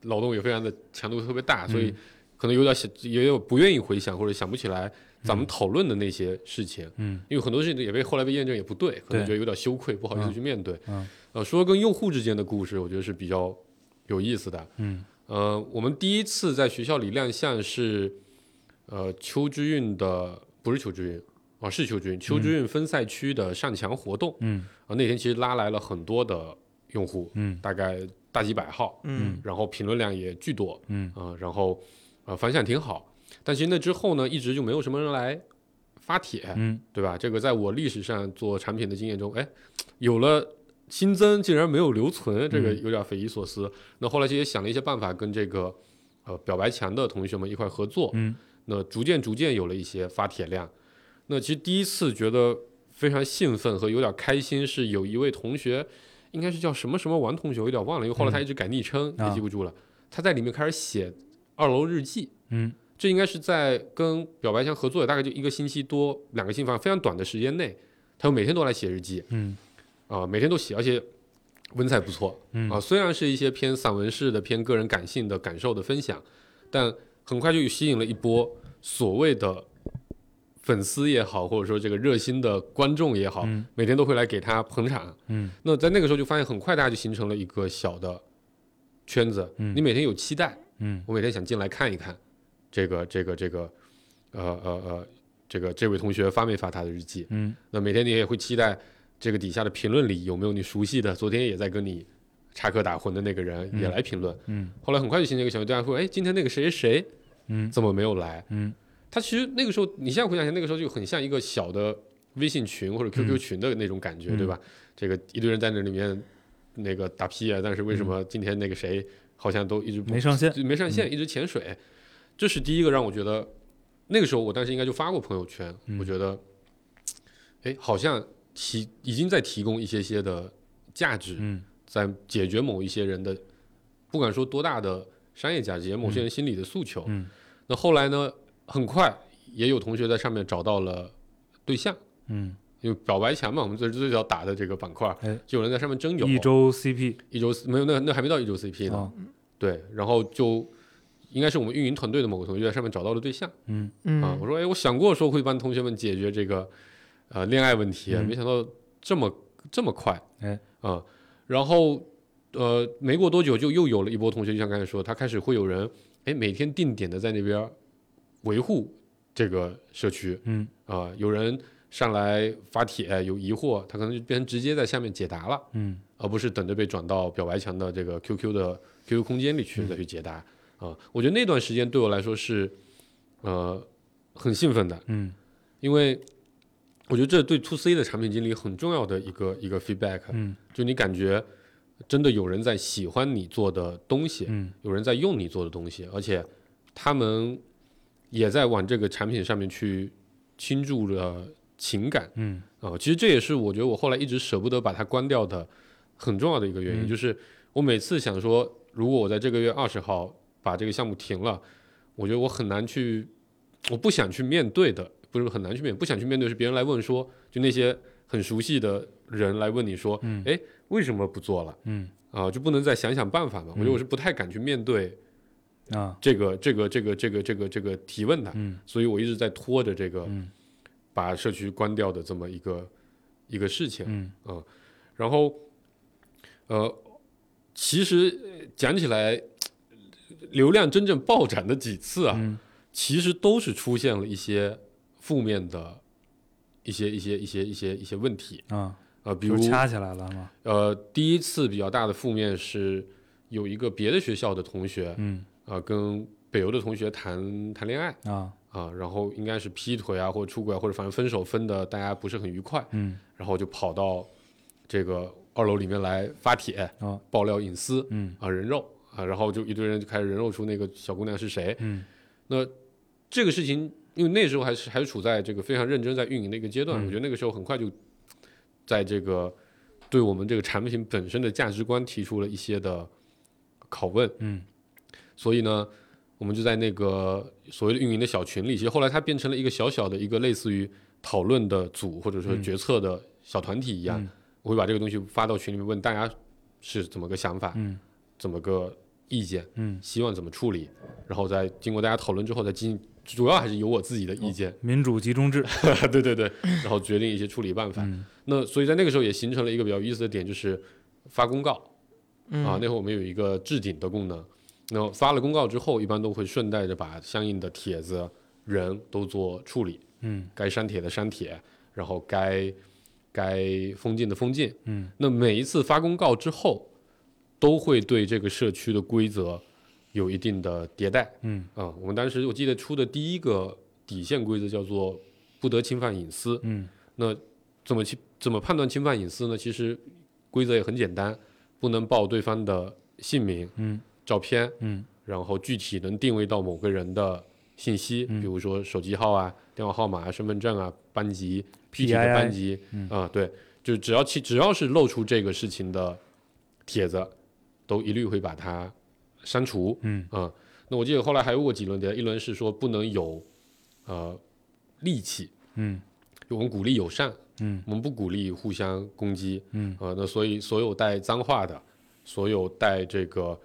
Speaker 5: 劳动也非常的强度特别大，所以可能有点想，也有不愿意回想或者想不起来咱们讨论的那些事情，
Speaker 4: 嗯，
Speaker 5: 因为很多事情也被后来被验证也不对，可
Speaker 4: 对
Speaker 5: 能觉得有点羞愧，不好意思
Speaker 4: 嗯
Speaker 5: 去面对。
Speaker 4: 嗯
Speaker 5: 呃，说跟用户之间的故事，我觉得是比较有意思的。
Speaker 4: 嗯，
Speaker 5: 呃，我们第一次在学校里亮相是，呃，邱之韵的不是邱之韵啊，是邱之韵，邱之韵分赛区的上墙活动
Speaker 4: 嗯
Speaker 5: 啊、那天其实拉来了很多的用户，
Speaker 4: 嗯
Speaker 5: 大概大几百号，
Speaker 3: 嗯
Speaker 5: 然后评论量也巨多，
Speaker 4: 嗯
Speaker 5: 啊、然后呃反响挺好。但其实那之后呢，一直就没有什么人来发帖，
Speaker 4: 嗯
Speaker 5: 对吧？这个在我历史上做产品的经验中，哎，有了新增竟然没有留存，这个
Speaker 4: 嗯
Speaker 5: 有点匪夷所思。那后来其实也想了一些办法，跟这个呃表白墙的同学们一块儿合作，
Speaker 4: 嗯
Speaker 5: 那逐渐逐渐有了一些发帖量。那其实第一次觉得非常兴奋和有点开心，是有一位同学，应该是叫什么什么王同学，我有点忘了，因为后来他一直改昵称，
Speaker 4: 啊
Speaker 5: 也记不住了。他在里面开始写二楼日记，
Speaker 4: 嗯
Speaker 5: 这应该是在跟表白墙合作的大概就一个星期多两个星期，反正非常短的时间内，他就每天都来写日记
Speaker 4: 嗯
Speaker 5: 啊、每天都写，而且文采不错啊、
Speaker 4: 嗯
Speaker 5: 虽然是一些偏散文式的、偏个人感性的感受的分享，但很快就吸引了一波所谓的粉丝也好，或者说这个热心的观众也好，
Speaker 4: 嗯
Speaker 5: 每天都会来给他捧场。
Speaker 4: 嗯
Speaker 5: 那在那个时候就发现，很快大家就形成了一个小的圈子，
Speaker 4: 嗯
Speaker 5: 你每天有期待。
Speaker 4: 嗯
Speaker 5: 我每天想进来看一看，这个这个这个，呃呃呃，这个这位同学发没发他的日记？
Speaker 4: 嗯
Speaker 5: 那每天你也会期待这个底下的评论里有没有你熟悉的，昨天也在跟你插科打诨的那个人也来评论。
Speaker 4: 嗯
Speaker 5: 后来很快就形成一个小队，大家会哎，今天那个谁谁谁
Speaker 4: 嗯
Speaker 5: 怎么没有来？
Speaker 4: 嗯
Speaker 5: 他其实那个时候，你现在回想一下，那个时候就很像一个小的微信群或者 QQ 群的那种感觉，
Speaker 4: 嗯
Speaker 5: 对吧？这个一堆人在那里面那个打屁啊，但是为
Speaker 4: 嗯
Speaker 5: 什么今天那个谁好像都一直不
Speaker 4: 没上线
Speaker 5: 就没上
Speaker 4: 嗯
Speaker 5: 线，一直潜水，这是第一个让我觉得，那个时候我当时应该就发过朋友圈，
Speaker 4: 嗯
Speaker 5: 我觉得，哎，好像提已经在提供一些些的价值，
Speaker 4: 嗯
Speaker 5: 在解决某一些人的，不管说多大的商业价值，也某些人心理的诉求。
Speaker 4: 嗯
Speaker 5: 那后来呢，很快也有同学在上面找到了对象，
Speaker 4: 嗯，
Speaker 5: 因为表白墙嘛，我们最最早打的这个板块
Speaker 4: 哎，
Speaker 5: 就有人在上面征友，
Speaker 4: 一周 CP
Speaker 5: 一周没有那那还没到一周 CP 呢，
Speaker 4: 啊，
Speaker 5: 对，然后就应该是我们运营团队的某个同学在上面找到了对象、
Speaker 4: 嗯
Speaker 5: 啊，
Speaker 3: 嗯
Speaker 5: 我说哎，我想过说会帮同学们解决这个呃恋爱问题，
Speaker 4: 嗯
Speaker 5: 没想到这么这么快，
Speaker 4: 哎
Speaker 5: 啊，然后呃没过多久就又有了一波同学，就像刚才说，他开始会有人哎每天定点的在那边维护这个社区，
Speaker 4: 嗯
Speaker 5: 啊、有人上来发帖有疑惑，他可能就变成直接在下面解答了，
Speaker 4: 嗯
Speaker 5: 而不是等着被转到表白墙的这个 QQ 的 QQ 空间里去再去解答啊、我觉得那段时间对我来说是呃很兴奋的，
Speaker 4: 嗯
Speaker 5: 因为我觉得这对 To C 的产品经理很重要的一个一个 feedback，
Speaker 4: 嗯
Speaker 5: 就你感觉真的有人在喜欢你做的东西，
Speaker 4: 嗯
Speaker 5: 有人在用你做的东西，而且他们也在往这个产品上面去倾注着情感
Speaker 4: 嗯
Speaker 5: 啊、其实这也是我觉得我后来一直舍不得把它关掉的很重要的一个原因，
Speaker 4: 嗯
Speaker 5: 就是我每次想说，如果我在这个月二十号把这个项目停了，我觉得我很难去，我不想去面对的，不是很难去面，不想去面对是别人来问说，就那些很熟悉的人来问你说，
Speaker 4: 嗯
Speaker 5: 哎、为什么不做了？
Speaker 4: 嗯
Speaker 5: 啊，就不能再想想办法嘛？我觉得我是不太敢去面对
Speaker 4: 啊
Speaker 5: 这个、这个、这个、这个、这个、这个提问的，
Speaker 4: 嗯
Speaker 5: 所以我一直在拖着这个、
Speaker 4: 嗯
Speaker 5: 把社区关掉的这么一个一个事情。啊
Speaker 4: 嗯
Speaker 5: 然后，呃，其实呃讲起来，流量真正暴涨的几次啊，
Speaker 4: 嗯
Speaker 5: 其实都是出现了一些负面的一些、一些、一些、一些、一些问题
Speaker 4: 啊，
Speaker 5: 啊、比
Speaker 4: 就
Speaker 5: 如
Speaker 4: 掐起来了嘛，
Speaker 5: 呃，第一次比较大的负面是有一个别的学校的同学
Speaker 4: 嗯
Speaker 5: 啊、跟北邮的同学谈谈恋爱
Speaker 4: 啊
Speaker 5: 啊、然后应该是劈腿啊，或者出轨啊，或者反正分手分的大家不是很愉快，
Speaker 4: 嗯
Speaker 5: 然后就跑到这个二楼里面来发帖
Speaker 4: 哦
Speaker 5: 爆料隐私
Speaker 4: 嗯
Speaker 5: 啊、人肉啊、然后就一堆人就开始人肉出那个小姑娘是谁。
Speaker 4: 嗯
Speaker 5: 这个事情，因为那时候还是还是处在这个非常认真在运营的一个阶段，
Speaker 4: 嗯
Speaker 5: 我觉得那个时候很快就在这个对我们这个产品本身的价值观提出了一些的拷问，
Speaker 4: 嗯
Speaker 5: 所以呢，我们就在那个所谓的运营的小群里，其实后来它变成了一个小小的一个类似于讨论的组或者说
Speaker 4: 嗯
Speaker 5: 决策的小团体一样，
Speaker 4: 嗯
Speaker 5: 我会把这个东西发到群里面问大家是怎么个想法，
Speaker 4: 嗯
Speaker 5: 怎么个意见，
Speaker 4: 嗯，
Speaker 5: 希望怎么处理，然后再经过大家讨论之后再进，主要还是有我自己的意见，
Speaker 4: 民主集中制，
Speaker 5: 对对对，然后决定一些处理办法。
Speaker 4: 嗯
Speaker 5: 那所以在那个时候也形成了一个比较有意思的点，就是发公告啊
Speaker 3: 嗯，，
Speaker 5: 那会儿我们有一个置顶的功能，那发了公告之后，一般都会顺带着把相应的帖子、人都做处理，
Speaker 4: 嗯
Speaker 5: 该删帖的删帖，然后该该封禁的封禁。
Speaker 4: 嗯，
Speaker 5: 那每一次发公告之后，都会对这个社区的规则有一定的迭代。
Speaker 4: 嗯
Speaker 5: 啊、我们当时我记得出的第一个底线规则叫做不得侵犯隐私。
Speaker 4: 嗯
Speaker 5: 那怎么去怎么判断侵犯隐私呢？其实规则也很简单，不能报对方的姓名、
Speaker 4: 嗯
Speaker 5: 照片，
Speaker 4: 嗯
Speaker 5: 然后具体能定位到某个人的信息，
Speaker 4: 嗯
Speaker 5: 比如说手机号啊、电话号码啊、身份证啊、班级、具体的
Speaker 4: PII
Speaker 5: 班级啊、
Speaker 4: 嗯
Speaker 5: 对，就只要其只要是露出这个事情的帖子，都一律会把它删除。
Speaker 4: 嗯
Speaker 5: 啊、那我记得后来还有过几轮的，一轮是说不能有呃戾气，
Speaker 4: 嗯
Speaker 5: 我们鼓励友善，
Speaker 4: 嗯
Speaker 5: 我们不鼓励互相攻击，
Speaker 4: 嗯
Speaker 5: 啊、那所以所有带脏话的，所有带这个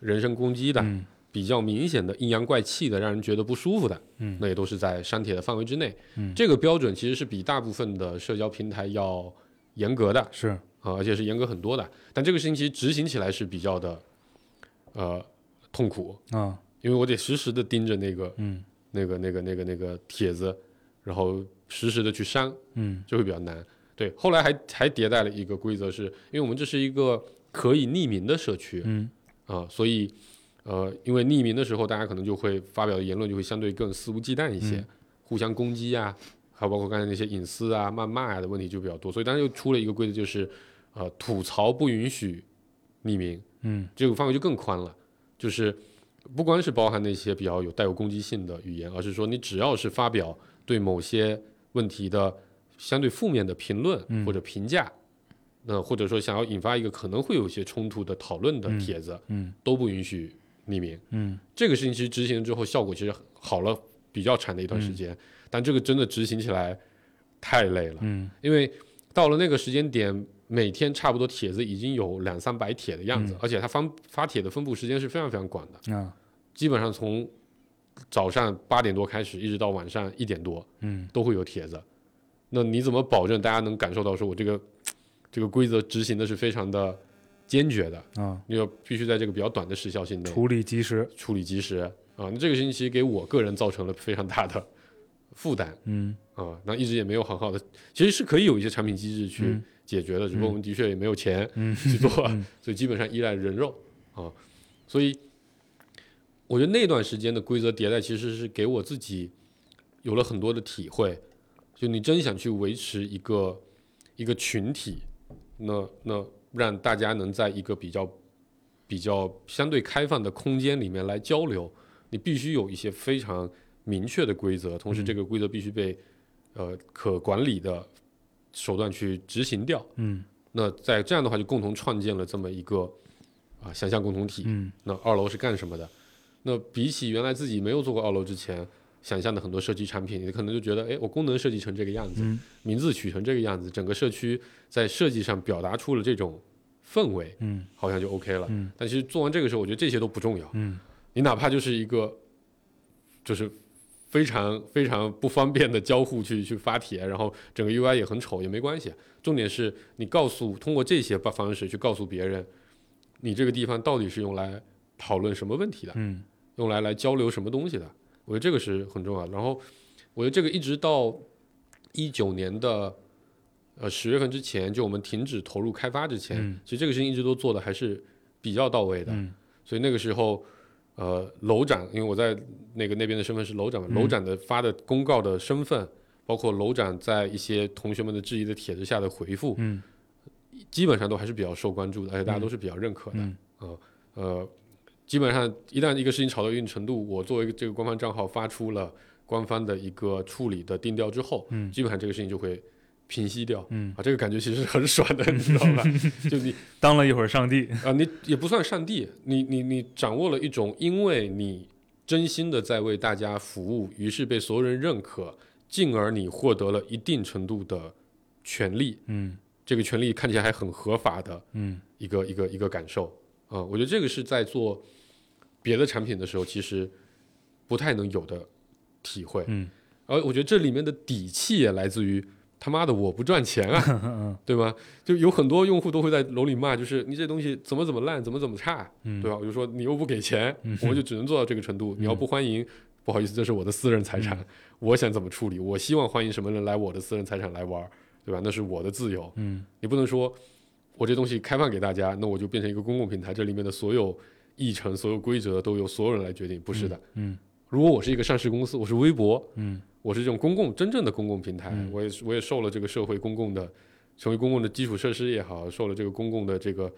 Speaker 5: 人身攻击的，
Speaker 4: 嗯
Speaker 5: 比较明显的阴阳怪气的，让人觉得不舒服的，
Speaker 4: 嗯
Speaker 5: 那也都是在删帖的范围之内，
Speaker 4: 嗯
Speaker 5: 这个标准其实是比大部分的社交平台要严格的，
Speaker 4: 是
Speaker 5: 啊，而且是严格很多的，但这个事情其实执行起来是比较的，呃，痛苦，
Speaker 4: 啊
Speaker 5: 因为我得时时的盯着那个
Speaker 4: 嗯
Speaker 5: 那个那个那个那个帖子，然后实时的去删，
Speaker 4: 嗯
Speaker 5: 就会比较难。对，后来还还迭代了一个规则是，因为我们这是一个可以匿名的社区
Speaker 4: 嗯
Speaker 5: 啊、所以呃，因为匿名的时候，大家可能就会发表的言论就会相对更肆无忌惮一些，
Speaker 4: 嗯
Speaker 5: 互相攻击啊，还有包括刚才那些隐私啊、谩骂啊的问题就比较多。所以当时又出了一个规则，就是呃，吐槽不允许匿名，
Speaker 4: 嗯
Speaker 5: 这个范围就更宽了，就是不光是包含那些比较有带有攻击性的语言，而是说你只要是发表对某些问题的相对负面的评论
Speaker 4: 嗯
Speaker 5: 或者评价，那、或者说想要引发一个可能会有一些冲突的讨论的
Speaker 4: 嗯
Speaker 5: 帖子，
Speaker 4: 嗯
Speaker 5: 都不允许匿名。
Speaker 4: 嗯
Speaker 5: 这个事情其实执行之后效果其实好了比较长的一段时间，但这个真的执行起来太累了，
Speaker 4: 嗯嗯
Speaker 5: 因为到了那个时间点，每天差不多帖子已经有两三百帖的样子，
Speaker 4: 嗯
Speaker 5: 而且它发发帖的分布时间是非常非常广的，
Speaker 4: 啊
Speaker 5: 基本上从早上八点多开始，一直到晚上一点多
Speaker 4: 嗯
Speaker 5: 都会有帖子。那你怎么保证大家能感受到说我这个这个规则执行的是非常的坚决的？
Speaker 4: 啊
Speaker 5: 你要必须在这个比较短的时效性内
Speaker 4: 处理及时
Speaker 5: 处理及时啊。那这个星期给我个人造成了非常大的负担。
Speaker 4: 嗯
Speaker 5: 啊，那一直也没有很好的，其实是可以有一些产品机制去
Speaker 4: 嗯
Speaker 5: 解决的，只不过我们的确也没有钱
Speaker 4: 嗯
Speaker 5: 去做， 所以基本上依赖人肉啊。所以我觉得那段时间的规则迭代其实是给我自己有了很多的体会，就你真想去维持一个一个群体，那那让大家能在一个比较比较相对开放的空间里面来交流，你必须有一些非常明确的规则，同时这个规则必须被、呃可管理的手段去执行掉。
Speaker 4: 嗯
Speaker 5: 那在这样的话，就共同创建了这么一个啊、想象共同体。
Speaker 4: 嗯
Speaker 5: 那二楼是干什么的？那比起原来自己没有做过二楼之前想象的很多社区产品，你可能就觉得，哎，我功能设计成这个样子，
Speaker 4: 嗯
Speaker 5: 名字取成这个样子，整个社区在设计上表达出了这种氛围，
Speaker 4: 嗯
Speaker 5: 好像就 OK 了。
Speaker 4: 嗯
Speaker 5: 但其实做完这个时候，我觉得这些都不重要。
Speaker 4: 嗯
Speaker 5: 你哪怕就是一个，就是非常非常不方便的交互去去发帖，然后整个 UI 也很丑也没关系。重点是你告诉通过这些方方式去告诉别人，你这个地方到底是用来讨论什么问题的，
Speaker 4: 嗯
Speaker 5: 用来来交流什么东西的。我觉得这个是很重要的。然后我觉得这个一直到一九年的。呃，十月份之前，就我们停止投入开发之前，
Speaker 4: 嗯
Speaker 5: 其实这个事情一直都做的还是比较到位的。
Speaker 4: 嗯
Speaker 5: 所以那个时候，呃，楼长，因为我在那个那边的身份是楼长嘛，
Speaker 4: 嗯
Speaker 5: 楼长的发的公告的身份，包括楼长在一些同学们的质疑的帖子下的回复，
Speaker 4: 嗯
Speaker 5: 基本上都还是比较受关注的，而且大家都是比较认可的。
Speaker 4: 嗯
Speaker 5: 呃，基本上一旦一个事情炒到一定程度，我作为一个这个官方账号发出了官方的一个处理的定调之后，
Speaker 4: 嗯
Speaker 5: 基本上这个事情就会平息掉。
Speaker 4: 嗯，
Speaker 5: 啊，这个感觉其实是很爽 的，你知道吧？就你
Speaker 4: 当了一会儿上帝，
Speaker 5: 啊，你也不算上帝，你你你掌握了一种，因为你真心的在为大家服务，于是被所有人认可，进而你获得了一定程度的权利，
Speaker 4: 嗯
Speaker 5: 这个权利看起来还很合法的
Speaker 4: 嗯
Speaker 5: 呃一个一个一个感受啊、我觉得这个是在做别的产品的时候，其实不太能有的体会。
Speaker 4: 嗯，
Speaker 5: 而我觉得这里面的底气也来自于他妈的我不赚钱
Speaker 4: 嗯
Speaker 5: 啊， 对吧？就有很多用户都会在楼里骂，就是你这东西怎么怎么烂，怎么怎么差，
Speaker 4: 嗯
Speaker 5: 对吧？我就说你又不给钱，我们就只能做到这个程度。你要不欢迎，不好意思，这是我的私人财产，
Speaker 4: 嗯
Speaker 5: 我想怎么处理，我希望欢迎什么人来我的私人财产来玩儿，对吧？那是我的自由。
Speaker 4: 嗯，
Speaker 5: 你不能说我这东西开放给大家，那我就变成一个公共平台，这里面的所有议程、所有规则都由所有人来决定，不是的。
Speaker 4: 嗯嗯
Speaker 5: 如果我是一个上市公司，我是微博，
Speaker 4: 嗯，
Speaker 5: 我是这种公共真正的公共平台，
Speaker 4: 嗯
Speaker 5: 我也是我也受了这个社会公共的，成为公共的基础设施也好，受了这个公共的这个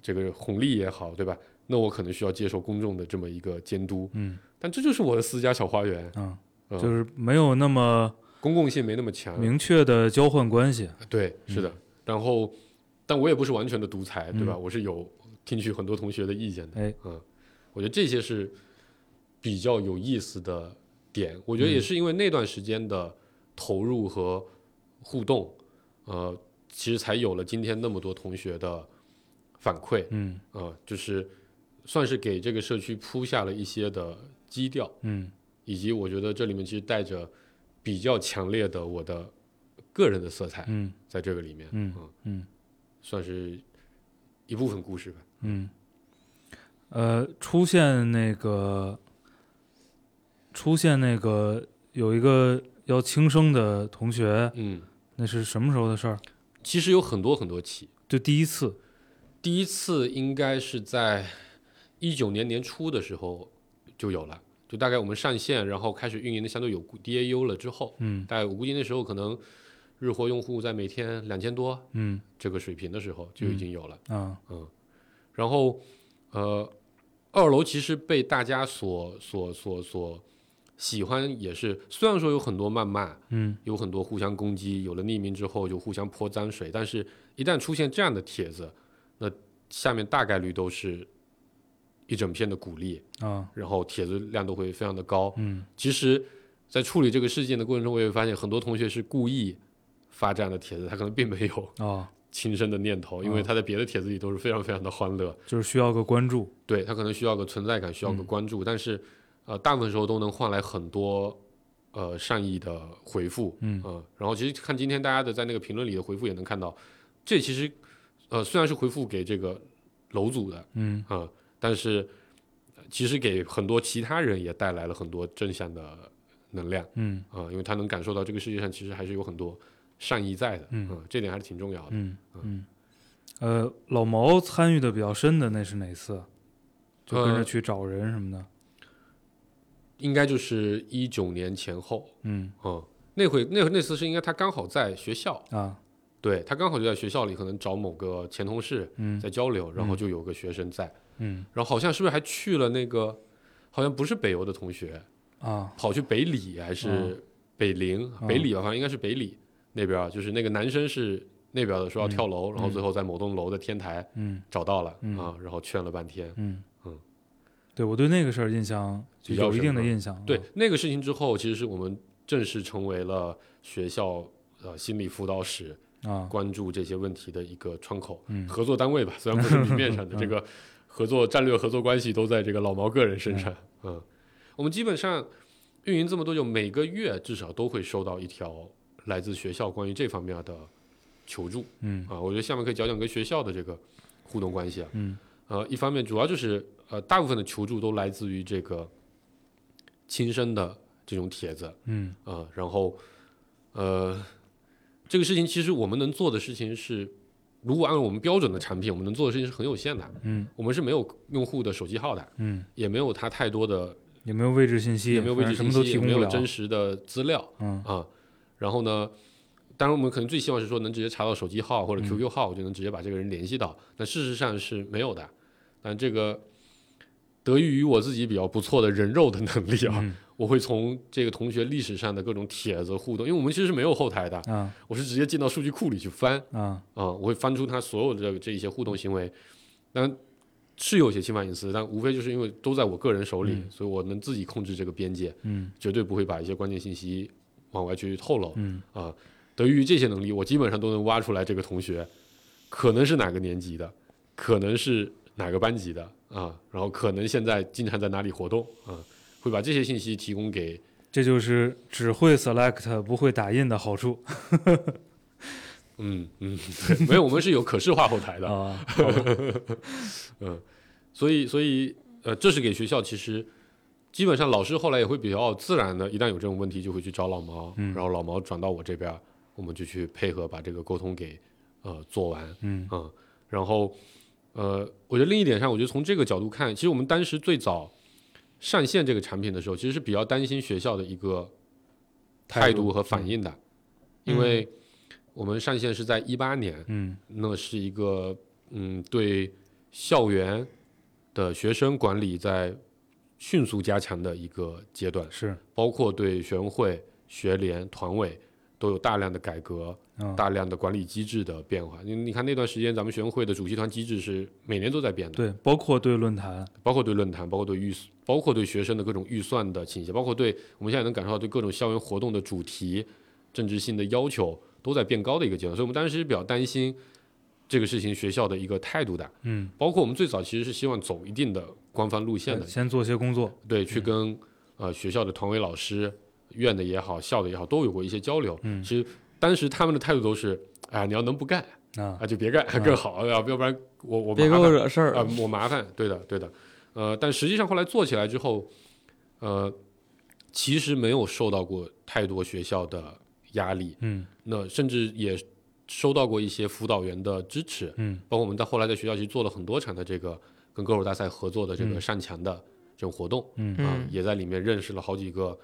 Speaker 5: 这个红利也好，对吧？那我可能需要接受公众的这么一个监督，
Speaker 4: 嗯，
Speaker 5: 但这就是我的私家小花园，
Speaker 4: 啊，
Speaker 5: 嗯
Speaker 4: 就是没有那么
Speaker 5: 公共性没那么强，
Speaker 4: 明确的交换关系。
Speaker 5: 对，是的。然后，但我也不是完全的独裁，对吧？
Speaker 4: 嗯
Speaker 5: 我是有听取很多同学的意见的。
Speaker 4: 哎
Speaker 5: 嗯，我觉得这些是比较有意思的点。我
Speaker 4: 嗯
Speaker 5: 觉得也是因为那段时间的投入和互动，呃，其实才有了今天那么多同学的反馈。
Speaker 4: 嗯
Speaker 5: 呃，就是算是给这个社区铺下了一些的基调。
Speaker 4: 嗯
Speaker 5: 以及我觉得这里面其实带着比较强烈的我的个人的色彩
Speaker 4: 嗯
Speaker 5: 在这个里面，
Speaker 4: 嗯嗯
Speaker 5: 算是一部分故事吧。
Speaker 4: 嗯，呃，出现那个出现那个有一个要轻生的同学，
Speaker 5: 嗯，
Speaker 4: 那是什么时候的事儿？
Speaker 5: 其实有很多很多期，
Speaker 4: 就第一次。
Speaker 5: 第一次应该是在一九年年初的时候就有了，就大概我们上线，然后开始运营的相对有 DAU 了之后，
Speaker 4: 嗯
Speaker 5: 大概我估计那时候可能日活用户在每天两千多
Speaker 4: 嗯
Speaker 5: 这个水平的时候就已经有了。
Speaker 4: 啊
Speaker 5: 然后，呃，二楼其实被大家所所所所喜欢，也是虽然说有很多谩骂，
Speaker 4: 嗯
Speaker 5: 有很多互相攻击，有了匿名之后就互相泼脏水，但是一旦出现这样的帖子，那下面大概率都是一整篇的鼓励，
Speaker 4: 啊
Speaker 5: 然后帖子量都会非常的高。
Speaker 4: 嗯
Speaker 5: 其实，在处理这个事件的过程中，我也发现很多同学是故意发这样的帖子，他可能并没有
Speaker 4: 啊，
Speaker 5: 轻生的念头，因为
Speaker 4: 嗯
Speaker 5: 他在别的帖子里都是非常非常的欢乐。
Speaker 4: 就是需要个关注。
Speaker 5: 对他可能需要个存在感，需要个
Speaker 4: 嗯
Speaker 5: 关注，但是呃，大部分时候都能换来很多呃善意的回复，
Speaker 4: 嗯
Speaker 5: 呃然后其实看今天大家的在那个评论里的回复也能看到，这其实呃虽然是回复给这个楼主的啊、
Speaker 4: 嗯
Speaker 5: 呃但是呃其实给很多其他人也带来了很多正向的能量
Speaker 4: 嗯
Speaker 5: 啊、呃因为他能感受到这个世界上其实还是有很多善意在的，
Speaker 4: 嗯
Speaker 5: 呃这点还是挺重要的。
Speaker 4: 嗯嗯，呃，老毛参与的比较深的那是哪次？啊就跟着
Speaker 5: 呃
Speaker 4: 去找人什么的。
Speaker 5: 应该就是一九年前后，
Speaker 4: 嗯
Speaker 5: 嗯，那会那那次是应该他刚好在学校，
Speaker 4: 啊
Speaker 5: 对他刚好就在学校里，可能找某个前同事
Speaker 4: 嗯
Speaker 5: 在交流，然后就有个学生在，
Speaker 4: 嗯
Speaker 5: 然后好像是不是还去了那个，好像不是北邮的同学，
Speaker 4: 啊
Speaker 5: 跑去北理还是
Speaker 4: 嗯
Speaker 5: 北陵、
Speaker 4: 嗯
Speaker 5: 北理吧，反正应该是北理那边儿，啊就是那个男生是那边的，说要跳楼，然后最后在某栋楼的天台
Speaker 4: 嗯
Speaker 5: 找到了、
Speaker 4: 嗯
Speaker 5: 啊，然后劝了半天。
Speaker 4: 嗯
Speaker 5: 嗯，
Speaker 4: 对我对那个事儿印象就
Speaker 5: 比较
Speaker 4: 有一定的
Speaker 5: 深刻
Speaker 4: 印象。
Speaker 5: 对、那个事情之后，其实是我们正式成为了学校呃心理辅导室
Speaker 4: 啊
Speaker 5: 关注这些问题的一个窗口，
Speaker 4: 嗯
Speaker 5: 合作单位吧， 虽然不是明面上的这个合作战略合作关系都在这个老毛个人身上，嗯我们基本上运营这么多久，每个月至少都会收到一条来自学校关于这方面的求助
Speaker 4: 嗯
Speaker 5: 啊，我觉得下面可以讲讲跟学校的这个互动关系啊，
Speaker 4: 嗯
Speaker 5: 呃，一方面主要就是呃，大部分的求助都来自于这个亲身的这种帖子，
Speaker 4: 嗯
Speaker 5: 啊，然后呃，这个事情其实我们能做的事情是，如果按我们标准的产品，我们能做的事情是很有限的。
Speaker 4: 嗯
Speaker 5: 我们是没有用户的手机号的，
Speaker 4: 嗯，
Speaker 5: 也没有他太多的，
Speaker 4: 也没有位置信息，
Speaker 5: 也没有位
Speaker 4: 反
Speaker 5: 置
Speaker 4: 正什
Speaker 5: 信
Speaker 4: 么都
Speaker 5: 息，
Speaker 4: 提
Speaker 5: 也
Speaker 4: 供
Speaker 5: 没
Speaker 4: 不
Speaker 5: 有
Speaker 4: 了。
Speaker 5: 真实的资料
Speaker 4: 嗯
Speaker 5: 啊。然后呢，当然我们可能最希望是说能直接查到手机号
Speaker 4: 嗯
Speaker 5: 或者 QQ 号，我就能直接把这个人联系到。但事实上是没有的。但这个得益于我自己比较不错的人肉的能力啊，
Speaker 4: 嗯
Speaker 5: 我会从这个同学历史上的各种帖子互动，因为我们其实是没有后台的，
Speaker 4: 啊
Speaker 5: 我是直接进到数据库里去翻
Speaker 4: 啊
Speaker 5: 啊、我会翻出他所有的这一些互动行为，但是有些侵犯隐私，但无非就是因为都在我个人手里，所以我能自己控制这个边界，
Speaker 4: 嗯
Speaker 5: 绝对不会把一些关键信息往外去透露啊、
Speaker 4: 嗯
Speaker 5: 得益于这些能力，我基本上都能挖出来这个同学可能是哪个年级的，可能是哪个班级的啊，然后可能现在经常在哪里活动啊，会把这些信息提供给
Speaker 4: 这就是只会 select 不会打印的好处
Speaker 5: 嗯嗯， 对没有，我们是有可视化后台的，
Speaker 4: 啊。
Speaker 5: 嗯，所以所以呃，这是给学校其实基本上老师后来也会比较自然的，一旦有这种问题就会去找老毛，
Speaker 4: 嗯
Speaker 5: 然后老毛转到我这边儿，我们就去配合把这个沟通给呃做完，
Speaker 4: 嗯
Speaker 5: 嗯，然后呃，我觉得另一点上，我觉得从这个角度看，其实我们当时最早上线这个产品的时候，其实是比较担心学校的一个态度和
Speaker 4: 嗯
Speaker 5: 反应的，因为我们上线是在一八年，
Speaker 4: 嗯
Speaker 5: 那是一个嗯，对校园的学生管理在迅速加强的一个阶段，
Speaker 4: 是
Speaker 5: 包括对学生会、学联、团委都有大量的改革、
Speaker 4: 嗯
Speaker 5: 大量的管理机制的变化。你你看那段时间，咱们学生会的主席团机制是每年都在变的，
Speaker 4: 对，包括对论坛
Speaker 5: 包括对论坛，包括对预，包括对学生的各种预算的倾斜，包括对我们现在能感受到对各种校园活动的主题、政治性的要求都在变高的一个阶段，所以我们当时是比较担心这个事情学校的一个态度的。
Speaker 4: 嗯，
Speaker 5: 包括我们最早其实是希望走一定的官方路线的，
Speaker 4: 先做些工作，
Speaker 5: 对，去跟、呃学校的团委老师、院的也好、校的也好，都有过一些交流。
Speaker 4: 嗯
Speaker 5: 其实当时他们的态度都是，哎呀，你要能不干
Speaker 4: 啊
Speaker 5: 啊，就别干更好，要、要不然我我
Speaker 3: 别
Speaker 5: 麻
Speaker 3: 给我
Speaker 5: 烦
Speaker 3: 惹事儿。
Speaker 5: 啊、
Speaker 4: 嗯
Speaker 5: 我麻烦，对的，对的，呃，但实际上后来做起来之后，呃，其实没有受到过太多学校的压力，
Speaker 4: 嗯
Speaker 5: 那甚至也收到过一些辅导员的支持，
Speaker 4: 嗯
Speaker 5: 包括我们在后来在学校其实做了很多场的这个跟歌手大赛合作的这个
Speaker 4: 嗯
Speaker 5: 上墙的这种活动，
Speaker 4: 嗯
Speaker 5: 啊、
Speaker 3: 嗯
Speaker 5: 也在里面认识了好几个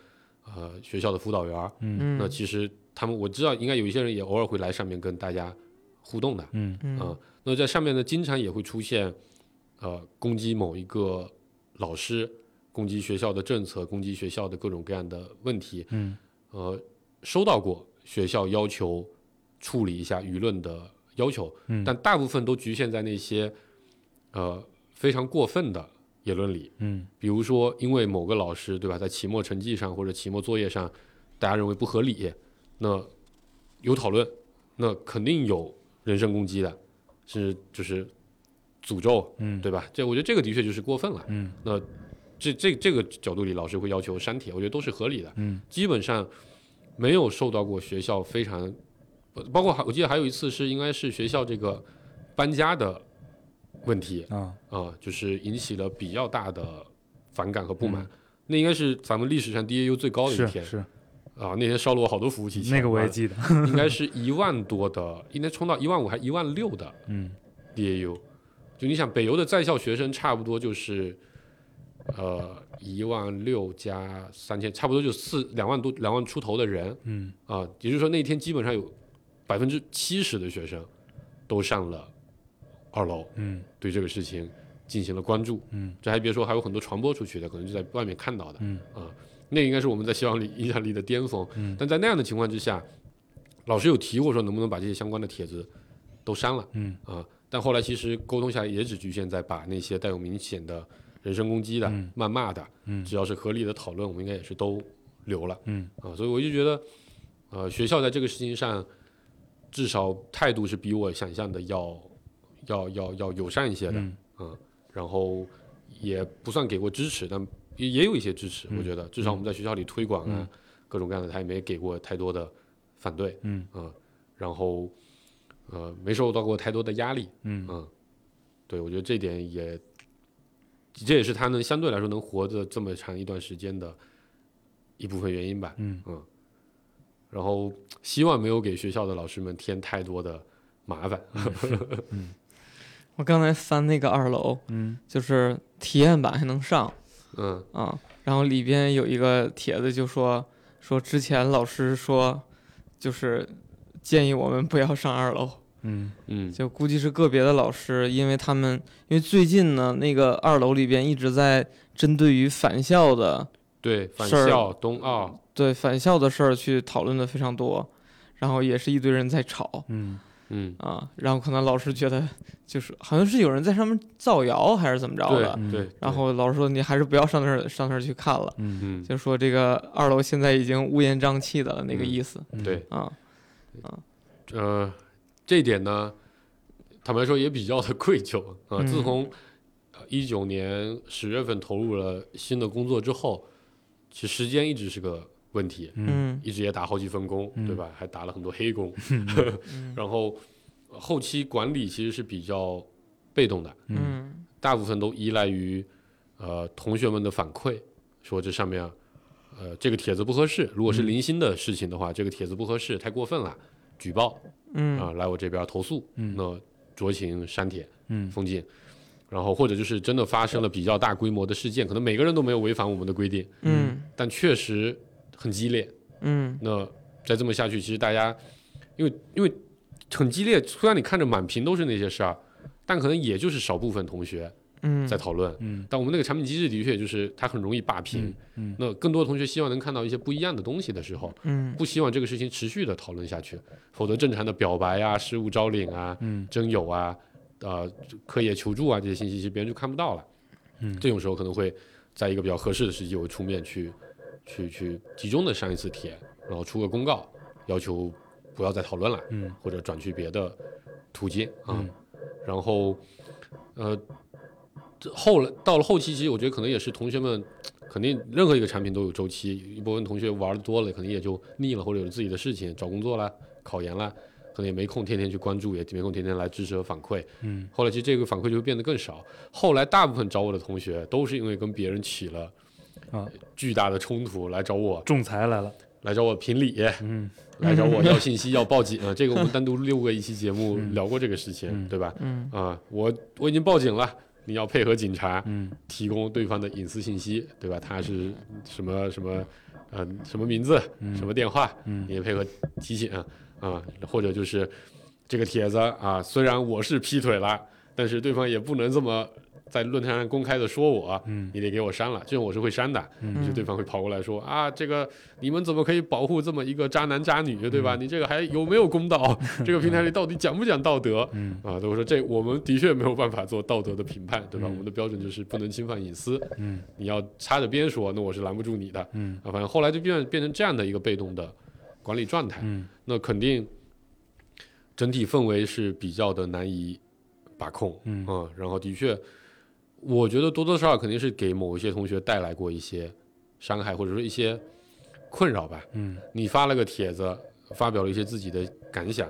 Speaker 5: 呃学校的辅导员儿，
Speaker 4: 嗯
Speaker 5: 那
Speaker 3: 嗯
Speaker 5: 其实他们我知道应该有一些人也偶尔会来上面跟大家互动的，
Speaker 4: 嗯
Speaker 3: 嗯
Speaker 5: 啊，那在上面呢，经常也会出现，呃，攻击某一个老师，攻击学校的政策，攻击学校的各种各样的问题。
Speaker 4: 嗯
Speaker 5: 呃，收到过学校要求处理一下舆论的要求，
Speaker 4: 嗯
Speaker 5: 但大部分都局限在那些呃非常过分的言论里，
Speaker 4: 嗯
Speaker 5: 比如说因为某个老师对吧，在期末成绩上或者期末作业上，大家认为不合理，那有讨论，那肯定有人身攻击的，甚至就是诅咒，
Speaker 4: 嗯
Speaker 5: 对吧？这我觉得这个的确就是过分了。
Speaker 4: 嗯
Speaker 5: 那这这这个角度里，老师会要求删帖，我觉得都是合理的。
Speaker 4: 嗯
Speaker 5: 基本上没有受到过学校非常，呃包括还我记得还有一次是应该是学校这个搬家的问题，
Speaker 4: 啊
Speaker 5: 啊、就是引起了比较大的反感和不满。那应该是咱们历史上 DAU 最高的
Speaker 4: 嗯
Speaker 5: 一
Speaker 4: 是
Speaker 5: 天
Speaker 4: 是
Speaker 5: 啊！那天烧了我好多服务器钱，
Speaker 4: 那个我也
Speaker 5: 妈的
Speaker 4: 记得，
Speaker 5: 应该是一万多的，应该冲到一万五还一万六的
Speaker 4: 嗯
Speaker 5: DAU。就你想，北邮的在校学生差不多就是，呃，一万六加三千，差不多就四两万多两万出头的人
Speaker 4: 嗯
Speaker 5: 啊、也就是说，那天基本上有百分之七十的学生都上了二楼，
Speaker 4: 嗯
Speaker 5: 对这个事情进行了关注。
Speaker 4: 嗯
Speaker 5: 这还别说，还有很多传播出去的，可能就在外面看到的。
Speaker 4: 嗯
Speaker 5: 啊，那应该是我们在学校里影响力的巅峰。
Speaker 4: 嗯
Speaker 5: 但在那样的情况之下，老师有提过说能不能把这些相关的帖子都删了
Speaker 4: 嗯
Speaker 5: 啊？但后来其实沟通下来也只局限在把那些带有明显的人身攻击的、
Speaker 4: 嗯
Speaker 5: 谩骂的，
Speaker 4: 嗯
Speaker 5: 只要是合理的讨论，我们应该也是都留了
Speaker 4: 嗯
Speaker 5: 啊。所以我就觉得，呃，学校在这个事情上至少态度是比我想象的要要要要友善一些的。啊
Speaker 4: 嗯
Speaker 5: 然后也不算给过支持，但也也有一些支持，我觉得至少我们在学校里推广啊，
Speaker 4: 嗯
Speaker 5: 各种各样的，他也没给过太多的反对，
Speaker 4: 嗯
Speaker 5: 啊、然后呃没受到过太多的压力，
Speaker 4: 嗯
Speaker 5: 嗯，对我觉得这点也，这也是他能相对来说能活着这么长一段时间的一部分原因吧，
Speaker 4: 嗯
Speaker 5: 然后希望没有给学校的老师们添太多的麻烦，
Speaker 3: 我刚才翻那个二楼，
Speaker 4: 嗯
Speaker 3: 就是体验版还能上
Speaker 5: 嗯
Speaker 3: 啊，然后里边有一个帖子就说说之前老师说，就是建议我们不要上二楼，
Speaker 4: 嗯
Speaker 5: 嗯
Speaker 3: 就估计是个别的老师，因为他们因为最近呢那个二楼里边一直在针对于返校的
Speaker 5: 对，返
Speaker 3: 事儿
Speaker 5: 校、冬奥，
Speaker 3: 对返校的事儿去讨论的非常多，然后也是一堆人在吵
Speaker 4: 嗯
Speaker 5: 嗯，
Speaker 3: 啊，然后可能老师觉得就是好像是有人在上面造谣还是怎么着的，
Speaker 5: 对对，
Speaker 3: 然后老师说你还是不要上那儿上那儿去看了，
Speaker 4: 嗯
Speaker 5: 嗯，
Speaker 3: 就说这个二楼现在已经乌烟瘴气的了那个
Speaker 5: 嗯
Speaker 3: 意思、
Speaker 5: 对，
Speaker 3: 啊，
Speaker 5: 呃，这一点呢，坦白说也比较的愧疚啊、
Speaker 3: 嗯
Speaker 5: 自从一九年十月份投入了新的工作之后，其实时间一直是个问题，
Speaker 4: 嗯
Speaker 3: 嗯
Speaker 5: 一直也打好几份工，
Speaker 4: 嗯
Speaker 5: 对吧？还打了很多黑工，
Speaker 3: 嗯
Speaker 5: 然后呃后期管理其实是比较被动的，
Speaker 3: 嗯
Speaker 5: 大部分都依赖于呃同学们的反馈，说这上面呃这个帖子不合适，如果
Speaker 3: 嗯
Speaker 5: 是零星的事情的话，这个帖子不合适，太过分了，举报啊、
Speaker 3: 嗯
Speaker 5: 来我这边投诉，
Speaker 4: 嗯
Speaker 5: 那酌情删帖
Speaker 4: 嗯
Speaker 5: 封禁。然后或者就是真的发生了比较大规模的事件，可能每个人都没有违反我们的规定，
Speaker 3: 嗯
Speaker 5: 但确实很激烈。
Speaker 3: 嗯
Speaker 5: 那再这么下去，其实大家因为因为很激烈，虽然你看着满屏都是那些事儿，但可能也就是少部分同学
Speaker 3: 嗯，
Speaker 5: 在讨论。
Speaker 4: 嗯
Speaker 5: 但我们那个产品机制的确就是它很容易霸屏。
Speaker 4: 嗯
Speaker 5: 那更多的同学希望能看到一些不一样的东西的时候，
Speaker 3: 嗯
Speaker 5: 不希望这个事情持续的讨论下去，否则正常的表白啊、失物招领啊、
Speaker 4: 嗯
Speaker 5: 征友啊、呃课业求助啊这些信息，其实别人就看不到了。
Speaker 4: 嗯
Speaker 5: 这种时候可能会在一个比较合适的时机，我会出面去去去集中的上一次帖，然后出个公告，要求不要再讨论了，
Speaker 4: 嗯
Speaker 5: 或者转去别的途径啊。
Speaker 4: 嗯
Speaker 5: 然后，呃，这后来到了后期，其实我觉得可能也是同学们，肯定任何一个产品都有周期，一部分同学玩的多了，可能也就腻了，或者有自己的事情，找工作啦、考研啦，可能也没空天天去关注，也没空天天来支持和反馈。
Speaker 4: 嗯
Speaker 5: 后来其实这个反馈就会变得更少。后来大部分找我的同学都是因为跟别人起了
Speaker 4: 啊
Speaker 5: 巨大的冲突来找我，
Speaker 4: 仲裁来了，
Speaker 5: 来找我评理，
Speaker 4: 嗯
Speaker 5: 来找我要信息、要报警 啊。这个我们单独录过一期节目
Speaker 4: 嗯
Speaker 5: 聊过这个事情，
Speaker 4: 嗯
Speaker 5: 对吧？
Speaker 3: 嗯
Speaker 5: 啊、我我已经报警了，你要配合警察
Speaker 4: 嗯
Speaker 5: 提供对方的隐私信息，对吧？他是什么什么，呃，什么名字，
Speaker 4: 嗯
Speaker 5: 什么电话，你
Speaker 4: 嗯
Speaker 5: 也配合提醒啊、或者就是这个帖子啊，虽然我是劈腿了，但是对方也不能这么在论坛上公开的说我。
Speaker 4: 嗯
Speaker 5: 你得给我删了，这种我是会删的，
Speaker 4: 嗯
Speaker 5: 就是对方会跑过来说啊，这个你们怎么可以保护这么一个渣男渣女，对吧？
Speaker 4: 嗯
Speaker 5: 你这个还有没有公道？这个平台里到底讲不讲道德？
Speaker 4: 嗯
Speaker 5: 啊，对我说这我们的确没有办法做道德的评判，对吧？
Speaker 4: 嗯
Speaker 5: 我们的标准就是不能侵犯隐私，
Speaker 4: 嗯
Speaker 5: 你要插着边说，那我是拦不住你的啊。
Speaker 4: 嗯
Speaker 5: 反正后来就变变成这样的一个被动的管理状态，
Speaker 4: 嗯
Speaker 5: 那肯定整体氛围是比较的难以把控，
Speaker 4: 嗯
Speaker 5: 嗯，然后的确，我觉得多多少少肯定是给某一些同学带来过一些伤害，或者说一些困扰吧。
Speaker 4: 嗯
Speaker 5: 你发了个帖子，发表了一些自己的感想，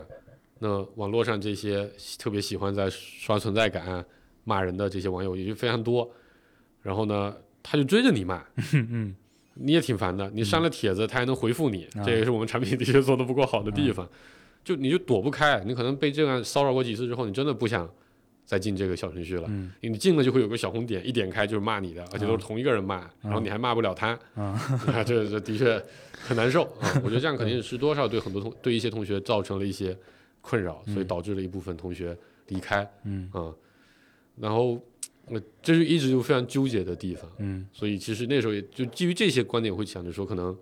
Speaker 5: 那网络上这些特别喜欢在刷存在感啊、骂人的这些网友也就非常多，然后呢，他就追着你骂，
Speaker 4: 嗯
Speaker 5: 你也挺烦的。你删了帖子，他还能回复你，
Speaker 4: 啊
Speaker 5: 这也是我们产品的确做的不够好的地方。就你就躲不开，你可能被这样骚扰过几次之后，你真的不想再进这个小程序了。
Speaker 4: 嗯
Speaker 5: 你进了就会有个小红点，一点开就是骂你的，而且都是同一个人骂，然后你还骂不了他，
Speaker 4: 啊
Speaker 5: 啊，这这的确很 难受啊。我觉得这样肯定是多少对很多同对一些同学造成了一些困扰，所以
Speaker 4: 嗯
Speaker 5: 导致了一部分同学离开
Speaker 4: 嗯
Speaker 5: 啊。然后我这是一直就非常纠结的地方，
Speaker 4: 嗯
Speaker 5: 所以其实那时候也就基于这些观点，我会想着说可能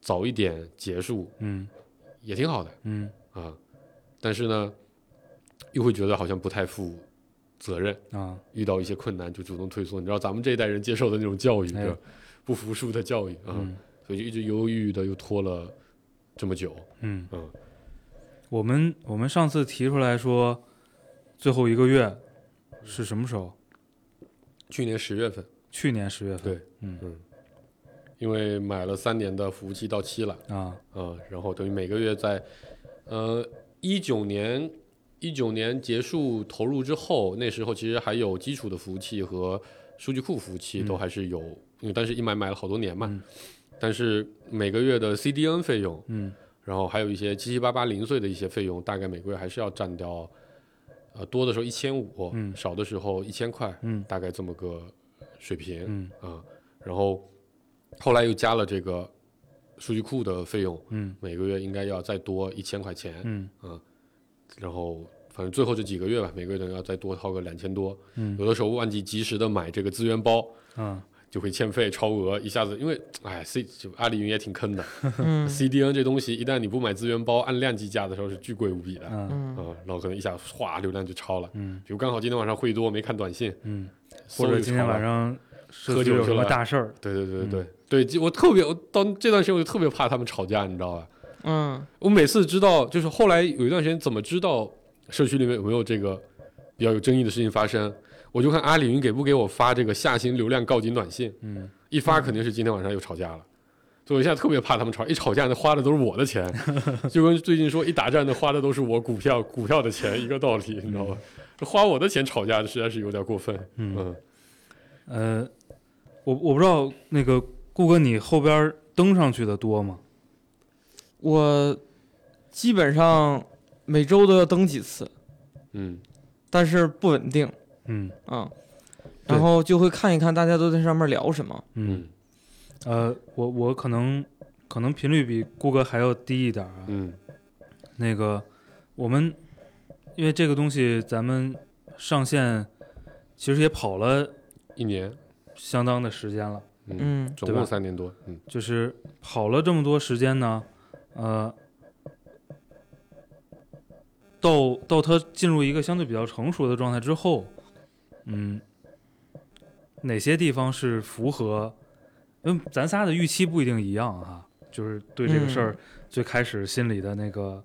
Speaker 5: 早一点结束
Speaker 4: 嗯
Speaker 5: 也挺好的
Speaker 4: 嗯
Speaker 5: 啊。但是呢，又会觉得好像不太负责任，
Speaker 4: 啊
Speaker 5: 遇到一些困难就主动退缩。你知道咱们这一代人接受的那种教育，
Speaker 4: 哎
Speaker 5: 对吧？不服输的教育啊。
Speaker 4: 嗯
Speaker 5: 所以就一直犹犹豫豫的又拖了这么久。
Speaker 4: 嗯
Speaker 5: 嗯
Speaker 4: 我们我们上次提出来说，最后一个月是什么时候？
Speaker 5: 去年十月份，
Speaker 4: 去年十月份。
Speaker 5: 对，
Speaker 4: 嗯
Speaker 5: 因为买了三年的服务器到期了，
Speaker 4: 啊，
Speaker 5: 呃，然后等于每个月在，呃，一九年一九年结束投入之后，那时候其实还有基础的服务器和数据库服务器都还是有，因为当时一买买了好多年嘛，
Speaker 4: 嗯
Speaker 5: 但是每个月的 CDN 费用，
Speaker 4: 嗯
Speaker 5: 然后还有一些七七八八零碎的一些费用，大概每个月还是要占掉，呃，多的时候一千五，
Speaker 4: 嗯
Speaker 5: 少的时候一千块，
Speaker 4: 嗯
Speaker 5: 大概这么个水平
Speaker 4: 嗯
Speaker 5: 啊、然后后来又加了这个数据库的费用，
Speaker 4: 嗯
Speaker 5: 每个月应该要再多一千块钱，
Speaker 4: 嗯
Speaker 5: 然后反正最后这几个月吧，每个月等于要再多掏个两千多。
Speaker 4: 嗯
Speaker 5: 有的时候忘记及时的买这个资源包，
Speaker 4: 啊
Speaker 5: 就会欠费超额，一下子因为哎 C 就阿里云也挺坑的、
Speaker 3: 嗯
Speaker 5: c d n 这东西一旦你不买资源包，按量计价的时候是巨贵无比的。
Speaker 4: 啊
Speaker 5: 啊、
Speaker 3: 嗯
Speaker 5: 然后可能一下哗流量就超了，
Speaker 4: 嗯
Speaker 5: 比如刚好今天晚上会多没看短信，
Speaker 4: 嗯，
Speaker 5: 搜
Speaker 4: 或者
Speaker 5: 就
Speaker 4: 今天
Speaker 5: 超了
Speaker 4: 晚上嗯社
Speaker 5: 喝
Speaker 4: 区
Speaker 5: 酒
Speaker 4: 有
Speaker 5: 去
Speaker 4: 什么
Speaker 5: 了
Speaker 4: 大事儿？
Speaker 5: 对对对对对、对，就我特别，我到这段时间我就特别怕他们吵架，你知道吧？
Speaker 3: 嗯
Speaker 5: 我每次知道，就是后来有一段时间怎么知道社区里面有没有这个比较有争议的事情发生，我就看阿里云给不给我发这个下行流量告急短信，
Speaker 4: 嗯，
Speaker 5: 一发肯定是今天晚上又吵架了。所以我现在特别怕他们吵，一吵架那花的都是我 的钱，就跟最近说一打仗那花的都是我股票股票的钱一个道理，你知道吧？这花我的钱吵架实在是有点过分。
Speaker 4: 嗯
Speaker 5: 嗯
Speaker 4: 呃，我我不知道那个顾哥你后边儿登上去的多吗？
Speaker 3: 我基本上每周都要登几次，
Speaker 5: 嗯
Speaker 3: 但是不稳定
Speaker 4: 嗯
Speaker 3: 啊。
Speaker 4: 对
Speaker 3: 然后就会看一看大家都在上面聊什么，
Speaker 5: 嗯
Speaker 4: 呃，我我可能可能频率比顾哥还要低一点儿啊。
Speaker 5: 嗯
Speaker 4: 那个我们因为这个东西咱们上线其实也跑了
Speaker 5: 一年
Speaker 4: 相当的时间了，
Speaker 5: 嗯，
Speaker 3: 嗯
Speaker 5: 总
Speaker 4: 对吧
Speaker 5: 共三年多，嗯
Speaker 4: 就是跑了这么多时间呢，呃，到到它进入一个相对比较成熟的状态之后，嗯，哪些地方是符合？因为咱仨的预期不一定一样哈、就是对这个事儿最开始心里的那个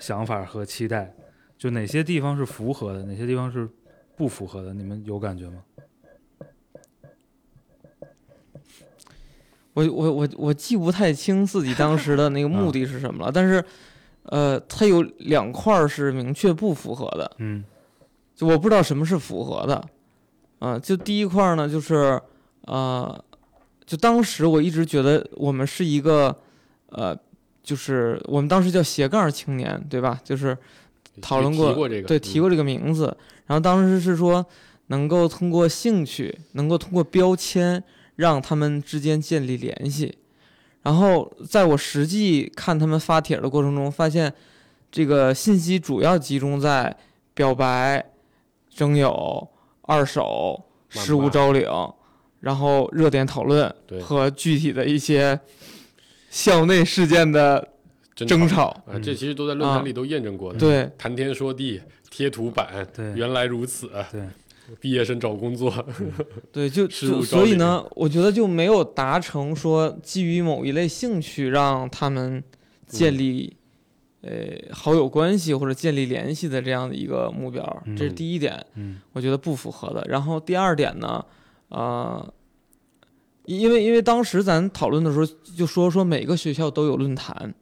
Speaker 4: 想法和期待，就哪些地方是符合的，哪些地方是不符合的，你们有感觉吗？
Speaker 3: 我我我我记不太清自己当时的那个目的是什么了，但是，呃，它有两块儿是明确不符合的，
Speaker 4: 嗯
Speaker 3: 就我不知道什么是符合的，啊、就第一块儿呢，就是呃，就当时我一直觉得我们是一个呃，就是我们当时叫斜杠青年，对吧？就是讨论过
Speaker 5: 提过这个，
Speaker 3: 对
Speaker 5: 嗯
Speaker 3: 提过这个名字，然后当时是说能够通过兴趣，能够通过标签让他们之间建立联系。然后在我实际看他们发帖的过程中，发现这个信息主要集中在表白、征友、二手、
Speaker 5: 谩骂
Speaker 3: 事务招领，然后热点讨论
Speaker 5: 对
Speaker 3: 和具体的一些校内事件的
Speaker 5: 真
Speaker 3: 争
Speaker 5: 吵
Speaker 3: 吵。
Speaker 5: 啊，这其实都在论坛里都验证过的。，
Speaker 3: 嗯对，
Speaker 5: 谈天说地，贴图版，
Speaker 4: 对
Speaker 5: 原来如此。啊
Speaker 4: 对，
Speaker 5: 毕业生找工作，
Speaker 3: 对，就
Speaker 5: 事
Speaker 3: 就
Speaker 5: 物
Speaker 3: 所
Speaker 5: 招
Speaker 3: 以
Speaker 5: 领
Speaker 3: 呢，我觉得就没有达成说基于某一类兴趣让他们
Speaker 5: 嗯
Speaker 3: 建立、呃好友关系或者建立联系的这样的一个目标，这是
Speaker 5: 嗯
Speaker 3: 第一点，
Speaker 4: 嗯
Speaker 3: 我觉得不符合的。然后第二点呢，呃，因为因为当时咱讨论的时候就说说每个学校都有论坛，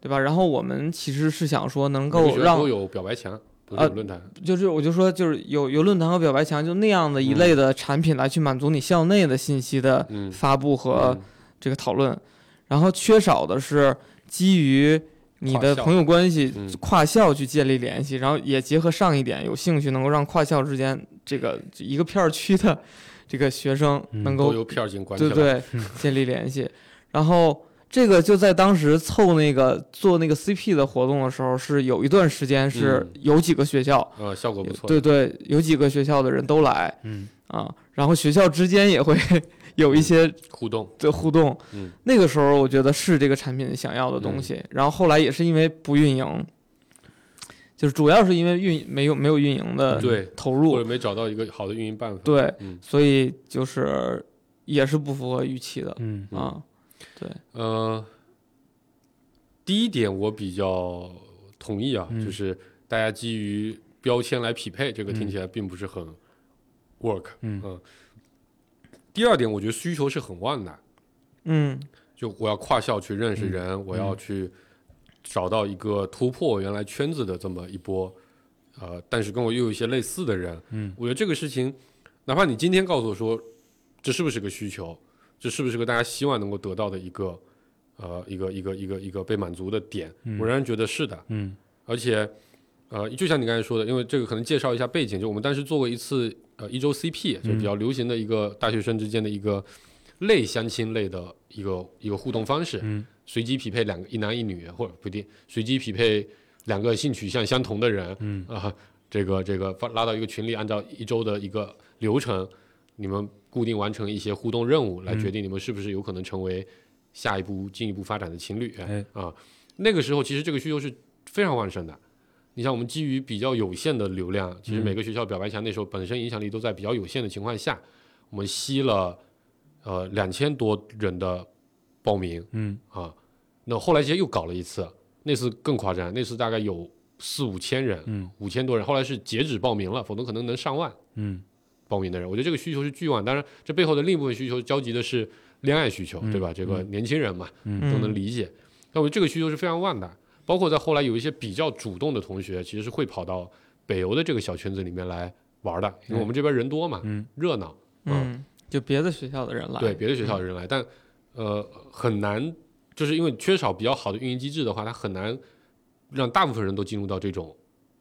Speaker 3: 对吧？然后我们其实是想说能
Speaker 5: 每个
Speaker 3: 够
Speaker 5: 学校
Speaker 3: 让
Speaker 5: 都有表白墙，都
Speaker 3: 啊
Speaker 5: 有论坛。
Speaker 3: 就是我就说就是有有论坛和表白墙，就那样的一类的产品来去满足你校内的信息的
Speaker 5: 嗯
Speaker 3: 发布和
Speaker 5: 嗯
Speaker 3: 这个讨论，然后缺少的是基于你的
Speaker 5: 跨校
Speaker 3: 朋友关系
Speaker 5: 嗯
Speaker 3: 跨校去建立联系，然后也结合上一点，有兴趣能够让跨校之间这个一个片儿区的这个学生
Speaker 4: 嗯
Speaker 3: 能够
Speaker 5: 都有票进关嗯起
Speaker 3: 对
Speaker 5: 来。
Speaker 3: 对，建立联系。然后这个就在当时凑那个做那个 CP 的活动的时候，是有一段时间是
Speaker 5: 嗯
Speaker 3: 有几个学校，
Speaker 5: 呃，效果不错。
Speaker 3: 对对，有几个学校的人都来
Speaker 4: 嗯
Speaker 3: 啊，然后学校之间也会 有一些
Speaker 5: 互动，
Speaker 3: 的互动。
Speaker 5: 嗯
Speaker 3: 那个时候我觉得是这个产品想要的东西，然后后来也是因为不运营，就是主要是因为运没有没有运营的
Speaker 5: 对，
Speaker 3: 投
Speaker 5: 或
Speaker 3: 入，
Speaker 5: 者没找到一个好的运营办法。
Speaker 3: 对，
Speaker 5: 嗯
Speaker 3: 所以就是也是不符合预期的、
Speaker 4: 嗯
Speaker 5: 嗯
Speaker 3: 啊。
Speaker 5: 呃，第一点我比较同意啊，
Speaker 4: 嗯
Speaker 5: 就是大家基于标签来匹配，这个听
Speaker 4: 嗯
Speaker 5: 起来并不是很 work。
Speaker 4: 嗯
Speaker 5: 第二点，我觉得需求是很旺的，
Speaker 3: 嗯
Speaker 5: 就我要跨校去
Speaker 4: 嗯
Speaker 5: 认识人，我要去找到一个突破我原来圈子的这么一波，呃，但是跟我又有一些类似的人，
Speaker 4: 嗯，
Speaker 5: 我觉得这个事情，哪怕你今天告诉我说，这是不是个需求，这是不是个大家希望能够得到的一个，呃，一个一个一个一个被满足的点，我仍然觉得是的，
Speaker 4: 嗯
Speaker 5: 而且，呃，就像你刚才说的，因为这个可能介绍一下背景，就我们当时做过一次呃一周 CP，就比
Speaker 4: 嗯
Speaker 5: 较流行的一个大学生之间的一个类相亲类的一个一个互动方式，
Speaker 4: 嗯
Speaker 5: 随机匹配两个一男一女，或者不一定随机匹配两个性取向相同的人，
Speaker 4: 嗯
Speaker 5: 啊、这个这个发拉到一个群里，按照一周的一个流程，你们固定完成一些互动任务，来
Speaker 4: 嗯
Speaker 5: 决定你们是不是有可能成为下一步进一步发展的情侣。
Speaker 4: 哎
Speaker 5: 啊，那个时候其实这个需求是非常旺盛的。你像我们基于比较有限的流量，其实
Speaker 4: 嗯
Speaker 5: 每个学校表白墙那时候本身影响力都在比较有限的情况下，我们吸了呃两千多人的报名，
Speaker 4: 嗯
Speaker 5: 啊，那后来其实又搞了一次，那次更夸张，那次大概有四五千人，
Speaker 4: 嗯
Speaker 5: 五千多人，后来是截止报名了，否则可能能上万
Speaker 4: 嗯
Speaker 5: 报名的人。我觉得这个需求是巨万，当然这背后的另一部分需求交集的是恋爱需求，
Speaker 4: 嗯
Speaker 5: 对吧？这个年轻人嘛，
Speaker 4: 嗯
Speaker 5: 都能理解。那我觉得这个需求是非常万的，包括在后来有一些比较主动的同学，其实是会跑到北邮的这个小圈子里面来玩的，因为我们这边人多嘛，
Speaker 4: 嗯
Speaker 5: 热闹，
Speaker 3: 嗯，就别的学校的人来，嗯
Speaker 5: 啊对别的学校的人来，但呃很难，就是因为缺少比较好的运营机制的话，它很难让大部分人都进入到这种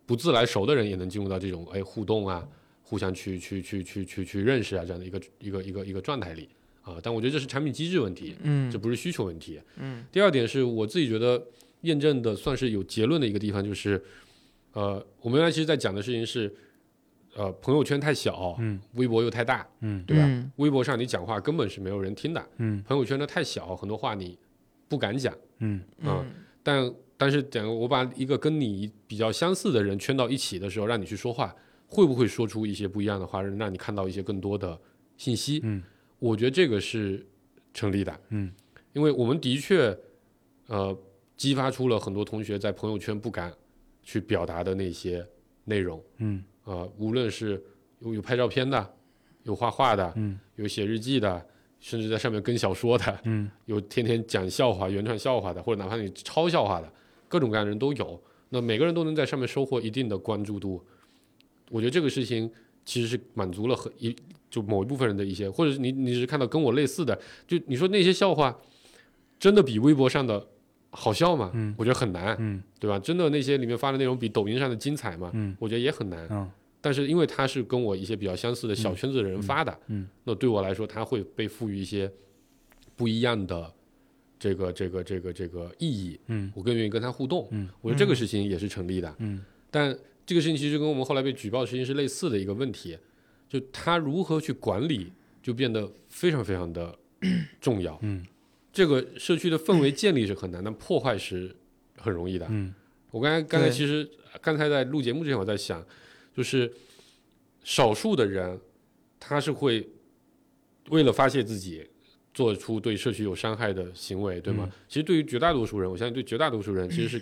Speaker 5: 不自来熟的人也能进入到这种哎互动啊，互相去去去去去去认识啊这样的一个一个一个一个状态里啊、但我觉得这是产品机制问题，
Speaker 3: 嗯
Speaker 5: 这不是需求问题。
Speaker 3: 嗯
Speaker 5: 第二点是我自己觉得验证的算是有结论的一个地方，就是，呃，我们原来其实在讲的事情是，呃，朋友圈太小，
Speaker 4: 嗯
Speaker 5: 微博又太大，
Speaker 4: 嗯
Speaker 5: 对吧？
Speaker 3: 嗯
Speaker 5: 微博上你讲话根本是没有人听的，
Speaker 4: 嗯
Speaker 5: 朋友圈呢太小，很多话你不敢讲。
Speaker 4: 嗯
Speaker 5: 啊
Speaker 3: 嗯
Speaker 5: 但但是讲我把一个跟你比较相似的人圈到一起的时候，让你去说话，会不会说出一些不一样的话，让你看到一些更多的信息？
Speaker 4: 嗯
Speaker 5: 我觉得这个是成立的。
Speaker 4: 嗯，
Speaker 5: 因为我们的确，呃，激发出了很多同学在朋友圈不敢去表达的那些内容。
Speaker 4: 嗯
Speaker 5: 呃，无论是有有拍照片的，有画画的，
Speaker 4: 嗯
Speaker 5: 有写日记的，甚至在上面跟小说的，
Speaker 4: 嗯
Speaker 5: 有天天讲笑话、原创笑话的，或者哪怕你抄笑话的，各种各样的人都有。那每个人都能在上面收获一定的关注度，我觉得这个事情其实是满足了很一就某一部分人的一些，或者是你你是看到跟我类似的，就你说那些笑话真的比微博上的好笑吗？
Speaker 4: 嗯
Speaker 5: 我觉得很难，
Speaker 4: 嗯
Speaker 5: 对吧？真的那些里面发的内容比抖音上的精彩吗？
Speaker 4: 嗯
Speaker 5: 我觉得也很难。
Speaker 4: 嗯
Speaker 5: 但是因为他是跟我一些比较相似的小圈子的人发的，
Speaker 4: 嗯嗯
Speaker 5: 那对我来说，他会被赋予一些不一样的这个这个这个这个意义，
Speaker 4: 嗯
Speaker 5: 我更愿意跟他互动。
Speaker 4: 嗯
Speaker 5: 我觉得这个事情也是成立的，
Speaker 4: 嗯
Speaker 5: 但这个事情其实跟我们后来被举报的事情是类似的一个问题，就他如何去管理，就变得非常非常的 重要。
Speaker 4: 嗯，
Speaker 5: 这个社区的氛围建立是很难，但破坏是很容易的。
Speaker 4: 嗯
Speaker 5: 我刚才刚才
Speaker 3: 对
Speaker 5: 其实刚才在录节目之前，我在想，就是少数的人，他是会为了发泄自己，做出对社区有伤害的行为，对
Speaker 4: 嗯
Speaker 5: 吗？其实对于绝大多数人，我相信对绝大多数人其实是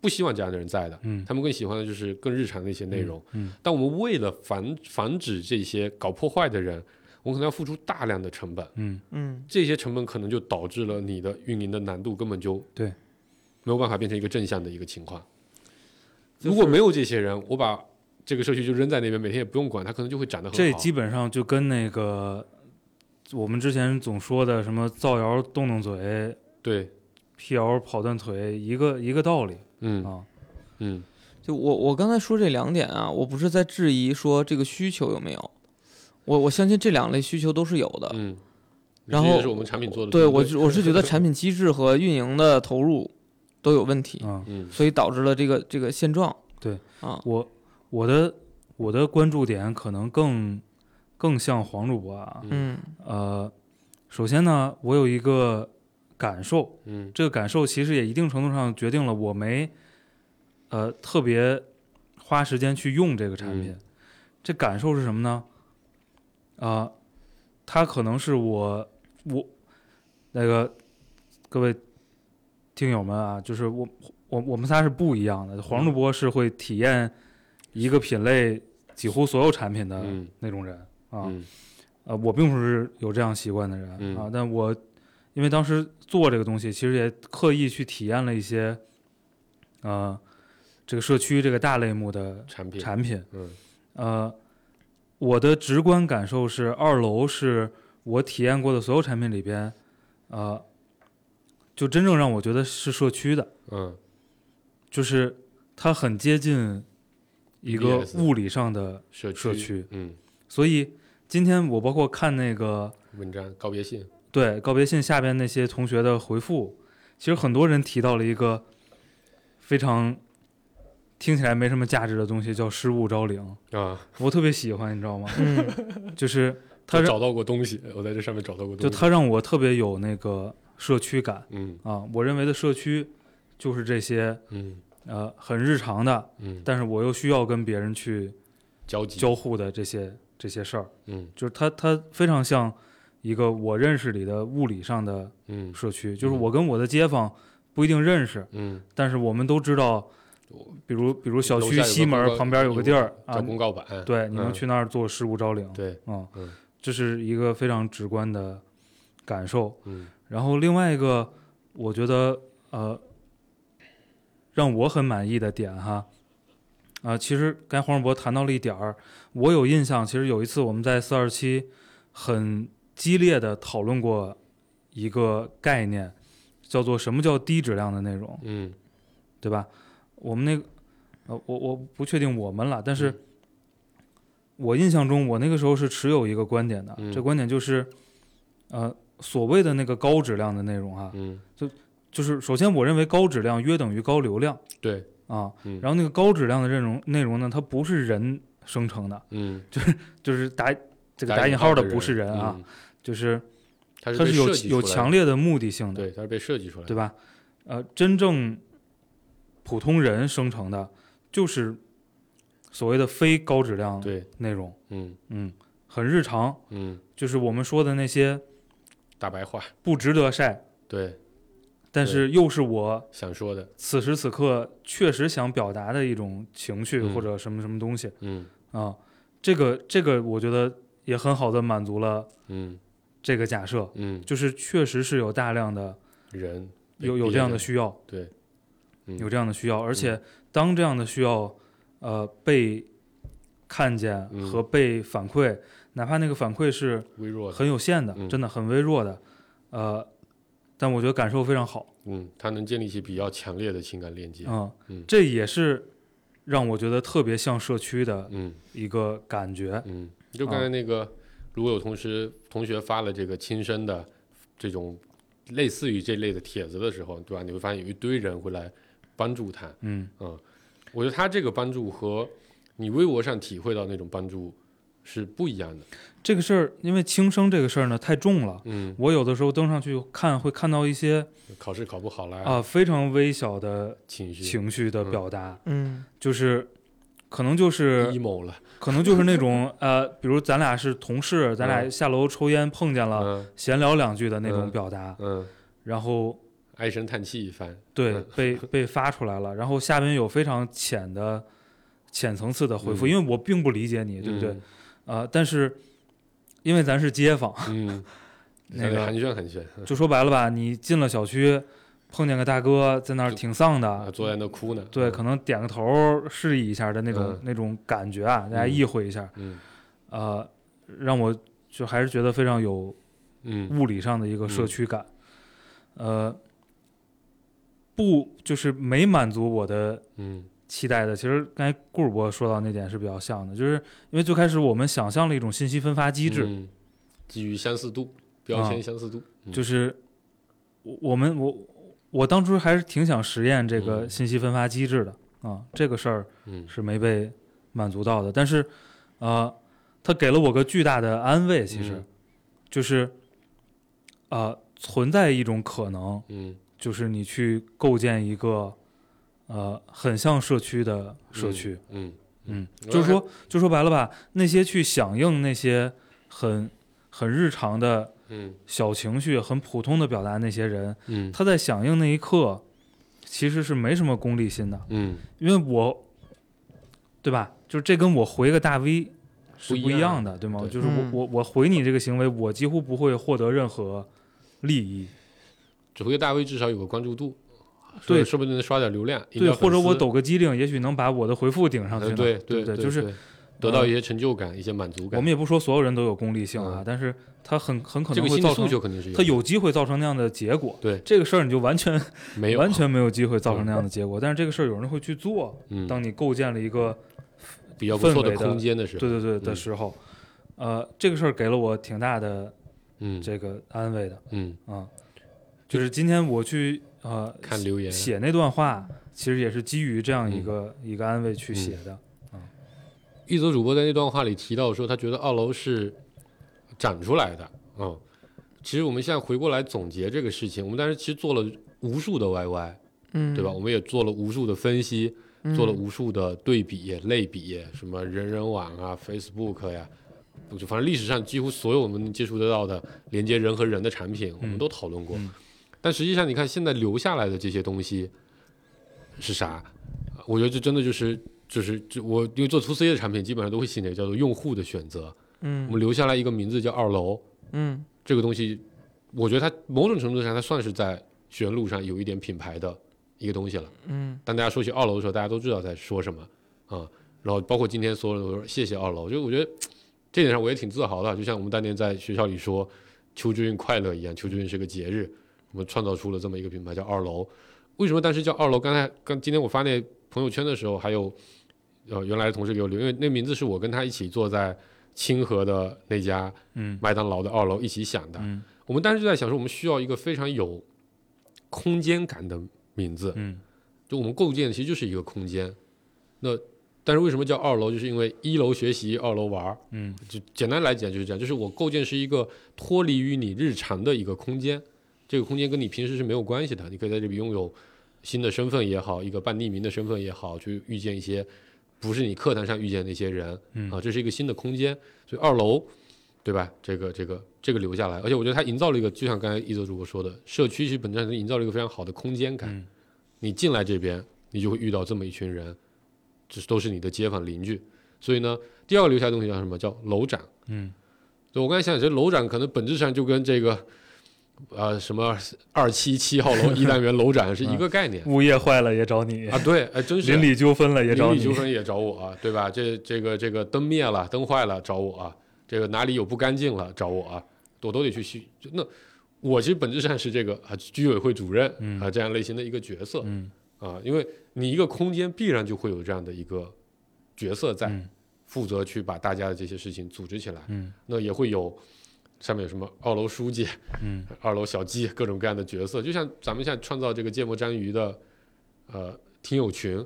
Speaker 5: 不希望这样的人在的，
Speaker 4: 嗯
Speaker 5: 他们更喜欢的就是更日常的一些内容。
Speaker 4: 嗯嗯
Speaker 5: 但我们为了防防止这些搞破坏的人，我们可能要付出大量的成本。
Speaker 4: 嗯
Speaker 3: 嗯
Speaker 5: 这些成本可能就导致了你的运营的难度根本就
Speaker 4: 对
Speaker 5: 没有办法变成一个正向的一个情况。
Speaker 3: 就是
Speaker 5: 如果没有这些人，我把这个社区就扔在那边，每天也不用管，它可能就会长得
Speaker 4: 这
Speaker 5: 很好。
Speaker 4: 基本上就跟那个我们之前总说的什么造谣动动嘴、
Speaker 5: 对，
Speaker 4: 辟谣跑断腿一个一个道理
Speaker 5: 嗯
Speaker 4: 啊。
Speaker 5: 嗯
Speaker 3: 就我我刚才说这两点啊，我不是在质疑说这个需求有没有，我我相信这两类需求都是有的。
Speaker 5: 嗯。
Speaker 3: 然后
Speaker 5: 这也是我们产品做的
Speaker 3: 对
Speaker 5: 不
Speaker 3: 我是我是觉得产品机制和运营的投入都有问题，
Speaker 4: 嗯，
Speaker 5: 嗯
Speaker 3: 所以导致了这个这个现状。
Speaker 4: 对
Speaker 3: 啊，
Speaker 4: 我我的我的关注点可能更更像黄主播啊。
Speaker 3: 嗯
Speaker 4: 呃，首先呢，我有一个感受，
Speaker 5: 嗯
Speaker 4: 这个感受其实也一定程度上决定了我没呃特别花时间去用这个产品。这感受是什么呢？啊、它可能是我我那个各位听友们啊，就是我我我们仨是不一样的。黄主播是会体验一个品类几乎所有产品的
Speaker 5: 嗯
Speaker 4: 那种人、呃啊。
Speaker 5: 嗯
Speaker 4: 呃，我并不是有这样习惯的人、
Speaker 5: 嗯
Speaker 4: 啊，但我因为当时做这个东西，其实也刻意去体验了一些，呃，这个社区这个大类目的
Speaker 5: 产品
Speaker 4: 产品。
Speaker 5: 嗯
Speaker 4: 呃，我的直观感受是，二楼是我体验过的所有产品里边，呃，就真正让我觉得是社区的，
Speaker 5: 嗯
Speaker 4: 就是它很接近一个
Speaker 5: BBS
Speaker 4: 物理上的
Speaker 5: 社区
Speaker 4: 社区，
Speaker 5: 嗯
Speaker 4: 所以今天我包括看那个。
Speaker 5: 文章告别信
Speaker 4: 对告别信下边那些同学的回复，其实很多人提到了一个非常听起来没什么价值的东西，叫失物招领。
Speaker 5: 啊，
Speaker 4: 我特别喜欢，你知道吗？
Speaker 3: 嗯
Speaker 4: 就是它
Speaker 5: 我
Speaker 4: 让
Speaker 5: 找到过东西，我在这上面找到过东
Speaker 4: 就
Speaker 5: 西。
Speaker 4: 它让我特别有那个社区感
Speaker 5: 嗯
Speaker 4: 啊。我认为的社区就是这些
Speaker 5: 嗯
Speaker 4: 呃很日常的，
Speaker 5: 嗯，
Speaker 4: 但是我又需要跟别人去
Speaker 5: 交集
Speaker 4: 交互的这些这些事儿，
Speaker 5: 嗯
Speaker 4: 就是它它非常像一个我认识里的物理上的
Speaker 5: 嗯
Speaker 4: 社区，就是我跟我的街坊不一定认识，
Speaker 5: 嗯，
Speaker 4: 但是我们都知道比如比如小
Speaker 5: 楼
Speaker 4: 区
Speaker 5: 下有个
Speaker 4: 西门
Speaker 5: 公告
Speaker 4: 旁边有个地儿啊
Speaker 5: 叫，公告板，
Speaker 4: 对，你能
Speaker 5: 嗯
Speaker 4: 去那儿做十五招领，
Speaker 5: 对，
Speaker 4: 嗯
Speaker 5: 嗯，
Speaker 4: 这是一个非常直观的感受。
Speaker 5: 嗯
Speaker 4: 然后另外一个，我觉得呃，让我很满意的点哈，啊、其实刚才黄世博谈到了一点儿，我有印象，其实有一次我们在四二七很激烈的讨论过一个概念，叫做什么叫低质量的内容。
Speaker 5: 嗯
Speaker 4: 对吧？我们那个，呃，我我不确定我们了，但
Speaker 5: 嗯
Speaker 4: 是我印象中，我那个时候是持有一个观点的，
Speaker 5: 嗯
Speaker 4: 这观点就是，呃，所谓的那个高质量的内容啊，
Speaker 5: 嗯，
Speaker 4: 就是首先我认为高质量约等于高流量
Speaker 5: 对，
Speaker 4: 啊，
Speaker 5: 嗯
Speaker 4: 然后那个高质量的内容内容呢，它不是人生成的，
Speaker 5: 嗯，
Speaker 4: 就是打这个
Speaker 5: 打
Speaker 4: 打
Speaker 5: 引
Speaker 4: 引
Speaker 5: 号
Speaker 4: 号的
Speaker 5: 的
Speaker 4: 不是人啊，，
Speaker 5: 嗯
Speaker 4: 就是
Speaker 5: 它
Speaker 4: 它
Speaker 5: 被
Speaker 4: 是有
Speaker 5: 设计
Speaker 4: 有
Speaker 5: 出来
Speaker 4: 强
Speaker 5: 的，
Speaker 4: 烈的目的性的，
Speaker 5: 对，它是被设计出来的，
Speaker 4: 对吧？呃，真正普通人生成的，就是所谓的非高质量
Speaker 5: 对，
Speaker 4: 内容，
Speaker 5: 嗯
Speaker 4: 嗯，很日常，
Speaker 5: 嗯，
Speaker 4: 就是我们说的那些
Speaker 5: 大白话，
Speaker 4: 不值得晒，
Speaker 5: 对，
Speaker 4: 但是又是我
Speaker 5: 想说的，
Speaker 4: 此时此刻确实想表达的一种情绪
Speaker 5: 嗯
Speaker 4: 或者什么什么东西
Speaker 5: 嗯
Speaker 4: 啊，这个这个我觉得也很好的满足了
Speaker 5: 嗯
Speaker 4: 这个假设，
Speaker 5: 嗯，
Speaker 4: 就是确实是有大量的
Speaker 5: 人被
Speaker 4: 有有
Speaker 5: 逼
Speaker 4: 这样
Speaker 5: 着
Speaker 4: 的需要，
Speaker 5: 对，嗯
Speaker 4: 有这样的需要，而且当这样的需要呃被看见
Speaker 5: 嗯
Speaker 4: 和被反馈，哪怕那个反馈是
Speaker 5: 微弱的，
Speaker 4: 很有限的，
Speaker 5: 嗯
Speaker 4: 真的很微弱的，呃，但我觉得感受非常好，
Speaker 5: 嗯，它能建立起比较强烈的情感链接，
Speaker 4: 嗯，
Speaker 5: 嗯
Speaker 4: 这也是让我觉得特别像社区的
Speaker 5: 嗯
Speaker 4: 一个感觉，
Speaker 5: 嗯，就
Speaker 4: 啊
Speaker 5: 刚才那个，如果有同时同学发了这个亲身的这种类似于这类的帖子的时候，对吧？你会发现有一堆人会来帮助他，
Speaker 4: 嗯
Speaker 5: 我觉得他这个帮助和你微博上体会到那种帮助是不一样的。
Speaker 4: 这个事儿，因为轻生这个事儿呢太重了，
Speaker 5: 嗯，
Speaker 4: 我有的时候登上去看会看到一些
Speaker 5: 考试考不好啦，
Speaker 4: 啊、非常微小的
Speaker 5: 情绪
Speaker 4: 情绪的
Speaker 5: 哎嗯
Speaker 4: 表达，
Speaker 3: 嗯
Speaker 4: 就是可能就是
Speaker 5: emo 了，
Speaker 4: 可能就是那 种呃，比如咱俩是同事，咱俩
Speaker 5: 嗯
Speaker 4: 下楼抽烟碰见了，
Speaker 5: 嗯
Speaker 4: 闲聊两句的那种
Speaker 5: 嗯
Speaker 4: 表达，
Speaker 5: 嗯，
Speaker 4: 然后
Speaker 5: 唉声叹气一番。
Speaker 4: 对
Speaker 5: 嗯
Speaker 4: 被被发出来了，然后下面有非常浅的浅层次的回复，
Speaker 5: 嗯
Speaker 4: 因为我并不理解你，对不对？呃，但是因为咱是街 坊，
Speaker 5: 嗯？嗯，
Speaker 4: 那个
Speaker 5: 寒暄寒暄，嗯
Speaker 4: 就说白了吧，你进了小区，碰见个大哥在那儿
Speaker 5: 就
Speaker 4: 挺丧
Speaker 5: 啊，
Speaker 4: 的，
Speaker 5: 坐在那哭呢。
Speaker 4: 对，
Speaker 5: 嗯
Speaker 4: 可能点个头示意一下的那种、
Speaker 5: 嗯
Speaker 4: 那种感觉啊，大家
Speaker 5: 嗯
Speaker 4: 意会一下，
Speaker 5: 嗯
Speaker 4: 呃，让我就还是觉得非常有
Speaker 5: 嗯
Speaker 4: 物理上的一个社区感，呃，不就是没满足我的
Speaker 5: 嗯
Speaker 4: 期待的。其实刚才顾主播说到那点是比较像的，就是因为最开始我们想象了一种信息分发机制，
Speaker 5: 嗯基于相似度，标签相似度，嗯
Speaker 4: 就是我我们我我当初还是挺想实验这个
Speaker 5: 嗯
Speaker 4: 信息分发机制的啊、这个事儿
Speaker 5: 嗯
Speaker 4: 是没被满足到的。但是，呃，他给了我个巨大的安慰，其实、
Speaker 5: 嗯
Speaker 4: 就是，呃，存在一种可能。
Speaker 5: 嗯
Speaker 4: 就是你去构建一个呃很像社区的社区，
Speaker 5: 嗯
Speaker 4: 嗯，
Speaker 5: 嗯
Speaker 4: 就是说就说白了吧，那些去响应那些很很日常的
Speaker 5: 嗯
Speaker 4: 小情绪、很普通的表达那些人，
Speaker 5: 嗯
Speaker 4: 他在响应那一刻其实是没什么功利心的，
Speaker 5: 嗯
Speaker 4: 因为我对吧？就是这跟我回个大 V 是
Speaker 5: 不
Speaker 4: 不
Speaker 5: 一
Speaker 4: 一
Speaker 5: 样
Speaker 4: 样的，对吗？
Speaker 5: 对
Speaker 4: 就是我
Speaker 3: 嗯
Speaker 4: 我我回你这个行为，我几乎不会获得任何利益，
Speaker 5: 只会大 V 至少有个关注度，
Speaker 4: 对
Speaker 5: 说说不定能刷点流量，
Speaker 4: 对，
Speaker 5: 赢点
Speaker 4: 或者
Speaker 5: 粉丝
Speaker 4: 我抖个机灵，也许能把我的回复顶上去
Speaker 5: 呃
Speaker 4: 呢。
Speaker 5: 对
Speaker 4: 对
Speaker 5: 对，
Speaker 4: 就是
Speaker 5: 对得到一些成就感，一些满足感。
Speaker 4: 我们也不说所有人都有功利性啊，
Speaker 5: 嗯
Speaker 4: 但是他很很可
Speaker 5: 这
Speaker 4: 能
Speaker 5: 个
Speaker 4: 会
Speaker 5: 心理
Speaker 4: 造
Speaker 5: 诉
Speaker 4: 成，
Speaker 5: 求肯定是有
Speaker 4: 他
Speaker 5: 的，
Speaker 4: 有机会造成那样的结果。
Speaker 5: 对
Speaker 4: 这个事儿，你就完全
Speaker 5: 没有啊
Speaker 4: 完全没有机会造成那样的结果。但是这个事儿有人会去做，
Speaker 5: 嗯
Speaker 4: 当你构建了一个
Speaker 5: 比较不错
Speaker 4: 氛围的
Speaker 5: 空间的时候，
Speaker 4: 对对对
Speaker 5: 嗯
Speaker 4: 的时候，呃，这个事儿给了我挺大的
Speaker 5: 嗯
Speaker 4: 这个安慰的
Speaker 5: 嗯，
Speaker 4: 啊。就是今天我去呃
Speaker 5: 看嗯留言，
Speaker 4: 写那段话，其实也是基于这样一个、一个安慰
Speaker 5: 嗯
Speaker 4: 去写的。
Speaker 5: 一则主播在那段话里提到说，他觉得二楼是长出来的，嗯，其实我们现在回过来总结这个事情，我们当时其实做了无数的 YY，
Speaker 3: 嗯，
Speaker 5: 对吧？我们也做了无数的分析，
Speaker 3: 嗯？
Speaker 5: 做了无数的对比、类比，什么人人网啊、Facebook 呀、就反正历史上几乎所有我们接触得到的连接人和人的产
Speaker 3: 嗯
Speaker 5: 品，我们都讨论过。
Speaker 4: 嗯
Speaker 5: 但实际上，你看现在留下来的这些东西是啥？我觉得这真的就是就是就我因为做 to C 的产品，基本上都会写叫做用户的选择。我
Speaker 3: 嗯
Speaker 5: 们留下来一个名字叫二楼，
Speaker 3: 嗯
Speaker 5: 这个东西，我觉得它某种程度上它算是在学院路上有一点品牌的一个东西了。
Speaker 3: 嗯
Speaker 5: 当大家说起二楼的时候，大家都知道在说什么啊、然后包括今天所有人都说谢谢二楼，就我觉得这点上我也挺自豪的。就像我们当年在学校里说“邱之韵快乐”一样，邱之韵是个节日，我们创造出了这么一个品牌叫二楼。为什么当时叫二楼？刚才刚今天我发那朋友圈的时候，还有呃原来的同事给我留，因为那名字是我跟他一起坐在清河的那家
Speaker 4: 嗯
Speaker 5: 麦当劳的二楼一起想的。
Speaker 4: 嗯
Speaker 5: 我们当时就在想说，我们需要一个非常有空间感的名字。
Speaker 4: 嗯
Speaker 5: 就我们构建其实就是一个空间。那但是为什么叫二楼？就是因为一楼学习，二楼玩儿。
Speaker 4: 嗯
Speaker 5: 就简单来讲就是这样，就是我构建是一个脱离于你日常的一个空间，这个空间跟你平时是没有关系的。你可以在这里拥有新的身份也好，一个半匿名的身份也好，去遇见一些不是你课堂上遇见的那些人。
Speaker 4: 嗯
Speaker 5: 啊，这是一个新的空间，所以二楼，对吧？这个这个这个留下来，而且我觉得它营造了一个，就像刚才一泽主播说的，社区其实本质上是营造了一个非常好的空间感。
Speaker 4: 嗯
Speaker 5: 你进来这边，你就会遇到这么一群人，这都是你的街坊邻居。所以呢，第二个留下的东西叫什么？叫楼展。
Speaker 4: 嗯
Speaker 5: 对我刚才想，这楼展可能本质上就跟这个，呃，什么二七七号 楼一单元楼展是一个概念、
Speaker 4: 物业坏了也找 你，
Speaker 5: 啊。对，哎，真是
Speaker 4: 嗯邻里纠纷了也
Speaker 5: 邻
Speaker 4: 找
Speaker 5: 里纠
Speaker 4: 你，
Speaker 5: 纷也找我、啊，对吧？这这个这个灯灭了，灯坏了找我、啊，这个哪里有不干净了找我、啊，我都得去去。就那我其实本质上是这个啊居委会主任
Speaker 4: 嗯
Speaker 5: 啊这样类型的一个角色
Speaker 4: 嗯
Speaker 5: 啊，因为你一个空间必然就会有这样的一个角色在，
Speaker 4: 嗯
Speaker 5: 负责去把大家的这些事情组织起来。
Speaker 4: 嗯
Speaker 5: 那也会有上面有什么二楼书记、
Speaker 4: 嗯
Speaker 5: 二楼小鸡各种各样的角色，就像咱们现在创造这个芥末章鱼的呃听友群，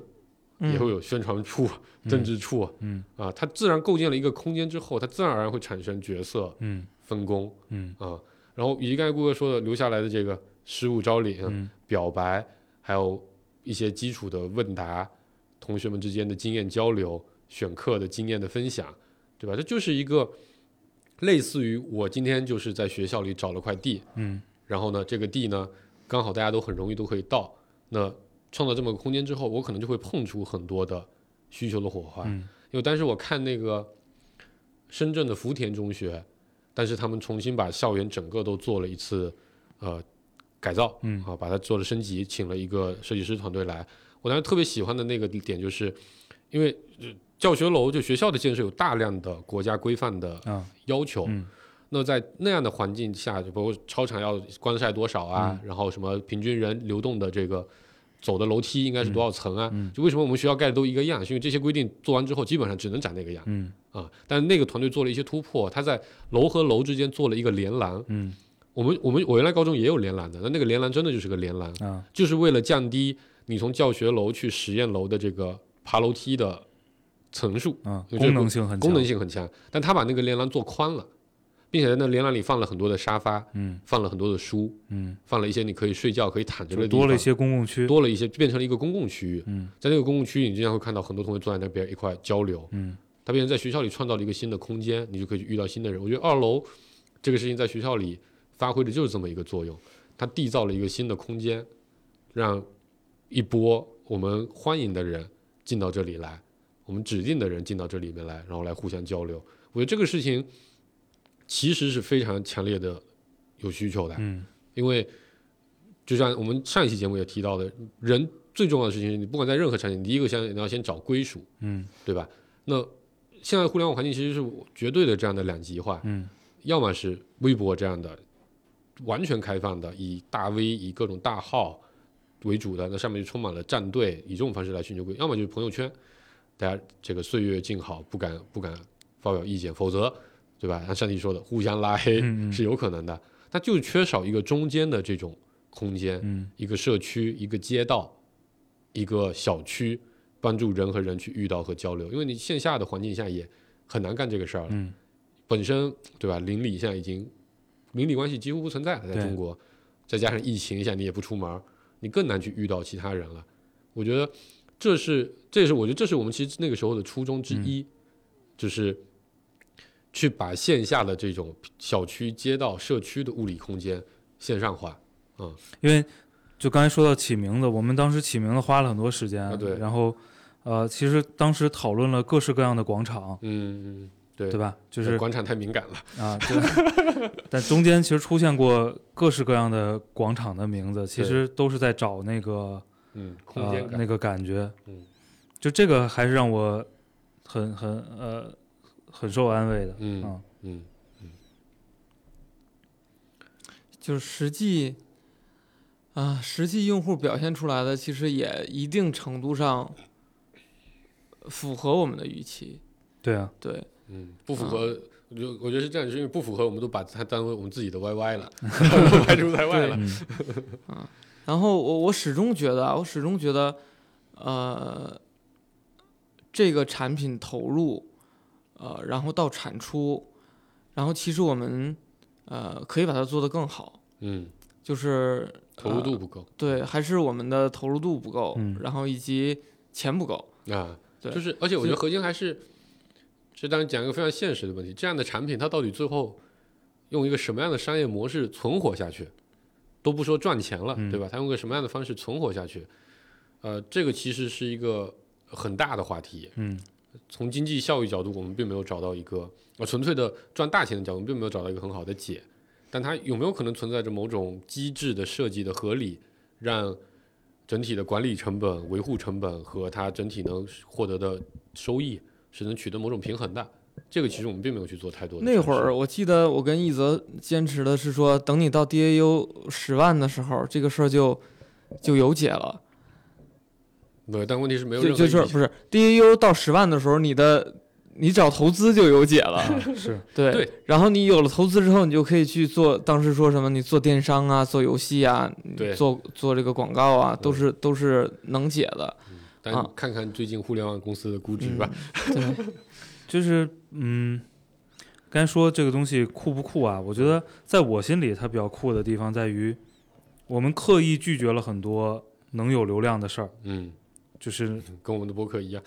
Speaker 5: 也会
Speaker 3: 嗯
Speaker 5: 有宣传处、政治处
Speaker 4: 嗯
Speaker 5: 啊，它自然构建了一个空间之后，它自然而然会产生角色
Speaker 4: 嗯
Speaker 5: 分工
Speaker 4: 嗯
Speaker 5: 啊。然后以及刚才顾哥说的，留下来的这个失物招领、
Speaker 4: 嗯
Speaker 5: 表白，还有一些基础的问答，同学们之间的经验交流，选课的经验的分享，对吧？这就是一个类似于我今天就是在学校里找了块地，
Speaker 4: 嗯
Speaker 5: 然后呢，这个地呢，刚好大家都很容易都可以到。那创造这么个空间之后，我可能就会碰出很多的需求的火花。
Speaker 4: 嗯
Speaker 5: 因为当时我看那个深圳的福田中学，但是他们重新把校园整个都做了一次呃改造，
Speaker 4: 嗯
Speaker 5: 啊，把它做了升级，请了一个设计师团队来。我当时特别喜欢的那个点就是，因为、呃教学楼就学校的建设有大量的国家规范的
Speaker 4: 啊
Speaker 5: 要求，
Speaker 4: 嗯
Speaker 5: 那在那样的环境下，就包括操场要观赛多少啊，
Speaker 4: 嗯
Speaker 5: 然后什么平均人流动的这个走的楼梯应该是多少层啊？
Speaker 4: 嗯
Speaker 5: 就为什么我们学校盖的都一个样？是因为这些规定做完之后，基本上只能长那个样
Speaker 4: 嗯
Speaker 5: 啊。但那个团队做了一些突破，他在楼和楼之间做了一个连栏。
Speaker 4: 嗯
Speaker 5: 我们我们我原来高中也有连栏的，那那个连栏真的就是个连栏，
Speaker 4: 啊
Speaker 5: 就是为了降低你从教学楼去实验楼的这个爬楼梯的层数。
Speaker 4: 啊，
Speaker 5: 有这个
Speaker 4: 功能性很强，
Speaker 5: 功能性很强，但他把那个连栏做宽了，并且在那连栏里放了很多的沙发，
Speaker 4: 嗯
Speaker 5: 放了很多的书，
Speaker 4: 嗯，
Speaker 5: 放了一些你可以睡觉、可以躺着的
Speaker 4: 就
Speaker 5: 地
Speaker 4: 多了一
Speaker 5: 方，
Speaker 4: 些公共区，
Speaker 5: 多了一些，变成了一个公共区域。
Speaker 4: 嗯
Speaker 5: 在那个公共区域，你经常会看到很多同学坐在那边一块交流。
Speaker 4: 嗯
Speaker 5: 它变成在学校里创造了一个新的空间，你就可以去遇到新的人。我觉得二楼这个事情在学校里发挥的就是这么一个作用，它缔造了一个新的空间，让一波我们欢迎的人进到这里来，我们指定的人进到这里面来，然后来互相交流。我觉得这个事情其实是非常强烈的有需求的，
Speaker 4: 嗯
Speaker 5: 因为就像我们上一期节目也提到的，人最重要的事情是你不管在任何产业，你第一个先你要先找归属。
Speaker 4: 嗯
Speaker 5: 对吧？那现在互联网环境其实是绝对的这样的两极化，
Speaker 4: 嗯
Speaker 5: 要么是微博这样的完全开放的，以大 V 以各种大号为主的，那上面就充满了战队，以这种方式来寻求归；要么就是朋友圈，大家这个岁月静好，不敢不敢发表意见，否则对吧？像上帝说的，互相拉黑
Speaker 4: 嗯嗯
Speaker 5: 是有可能的。它就是缺少一个中间的这种空间，
Speaker 4: 嗯
Speaker 5: 一个社区、一个街道、一个小区，帮助人和人去遇到和交流。因为你线下的环境下也很难干这个事儿了。
Speaker 4: 嗯
Speaker 5: 本身对吧？邻里现在已经邻里关系几乎不存在了，在
Speaker 4: 对
Speaker 5: 中国，再加上疫情一下你也不出门儿，你更难去遇到其他人了。我觉得这是这也是我觉得这是我们其实那个时候的初衷
Speaker 4: 嗯
Speaker 5: 之一，就是去把线下的这种小区、街道、社区的物理空间线上化。
Speaker 4: 因为就刚才说到起名字，我们当时起名字花了很多时间，
Speaker 5: 啊对
Speaker 4: 然后呃，其实当时讨论了各式各样的广场，
Speaker 5: 嗯，嗯对
Speaker 4: 对？吧？就是
Speaker 5: 广场太敏感了，
Speaker 4: 啊，对。 但中间其实出现过各式各样的广场的名字，其实都是在找那个
Speaker 5: 嗯，空
Speaker 4: 呃
Speaker 5: 间感，
Speaker 4: 那个感觉。
Speaker 5: 嗯，
Speaker 4: 就这个还是让我很很呃很受安慰的。
Speaker 5: 嗯
Speaker 4: 啊
Speaker 5: 嗯，
Speaker 3: 就是实际啊，实际用户表现出来的，其实也一定程度上符合我们的预期。
Speaker 4: 对啊，
Speaker 3: 对，
Speaker 5: 嗯，不符合，我就我觉得是这样，是因为不符合，我们都把它当为我们自己的 YY 了，都排除在外了。
Speaker 4: 嗯，
Speaker 3: 然后我我始终觉得啊，我始终觉得，呃，这个产品投入，呃，然后到产出，然后其实我们呃可以把它做得更好，
Speaker 5: 嗯，
Speaker 3: 就是
Speaker 5: 投入
Speaker 3: 呃
Speaker 5: 度不够
Speaker 3: 对，还是我们的投入度不够，
Speaker 4: 嗯
Speaker 3: 然后以及钱不够。
Speaker 5: 啊，
Speaker 3: 对
Speaker 5: 就是，而且我觉得核心还是，是当然讲一个非常现实的问题，这样的产品它到底最后用一个什么样的商业模式存活下去，都不说赚钱了，
Speaker 4: 嗯
Speaker 5: 对吧？它用个什么样的方式存活下去？呃，这个其实是一个很大的话题。
Speaker 4: 嗯，
Speaker 5: 从经济效益角度，我们并没有找到一个呃纯粹的赚大钱的角度，我们并没有找到一个很好的解。但它有没有可能存在着某种机制的设计的合理，让整体的管理成本、维护成本和它整体能获得的收益是能取得某种平衡的？这个其实我们并没有去做太多的尝
Speaker 3: 那
Speaker 5: 试。
Speaker 3: 会儿我记得我跟一泽坚持的是说，等你到 DAU 十万的时候，这个事儿就就有解了。
Speaker 5: 对，但问题是没有
Speaker 3: 就
Speaker 5: 任
Speaker 3: 就
Speaker 5: 何意
Speaker 3: 是
Speaker 5: 义
Speaker 3: 不是 DAU 到十万的时候，你的你找投资就有解 了。
Speaker 4: 啊是，
Speaker 3: 对，
Speaker 5: 对
Speaker 3: 然后你有了投资之后，你就可以去做当时说什么，你做电商啊，做游戏啊，
Speaker 5: 对
Speaker 3: 做做这个广告啊，都是都是能解的。
Speaker 5: 但
Speaker 3: 啊
Speaker 5: 看看最近互联网公司的估值吧，
Speaker 3: 嗯，对，
Speaker 4: 就是嗯，刚才说这个东西酷不酷啊？我觉得在我心里它比较酷的地方在于，我们刻意拒绝了很多能有流量的事儿，
Speaker 5: 嗯，
Speaker 4: 就是
Speaker 5: 跟我们的博客一样，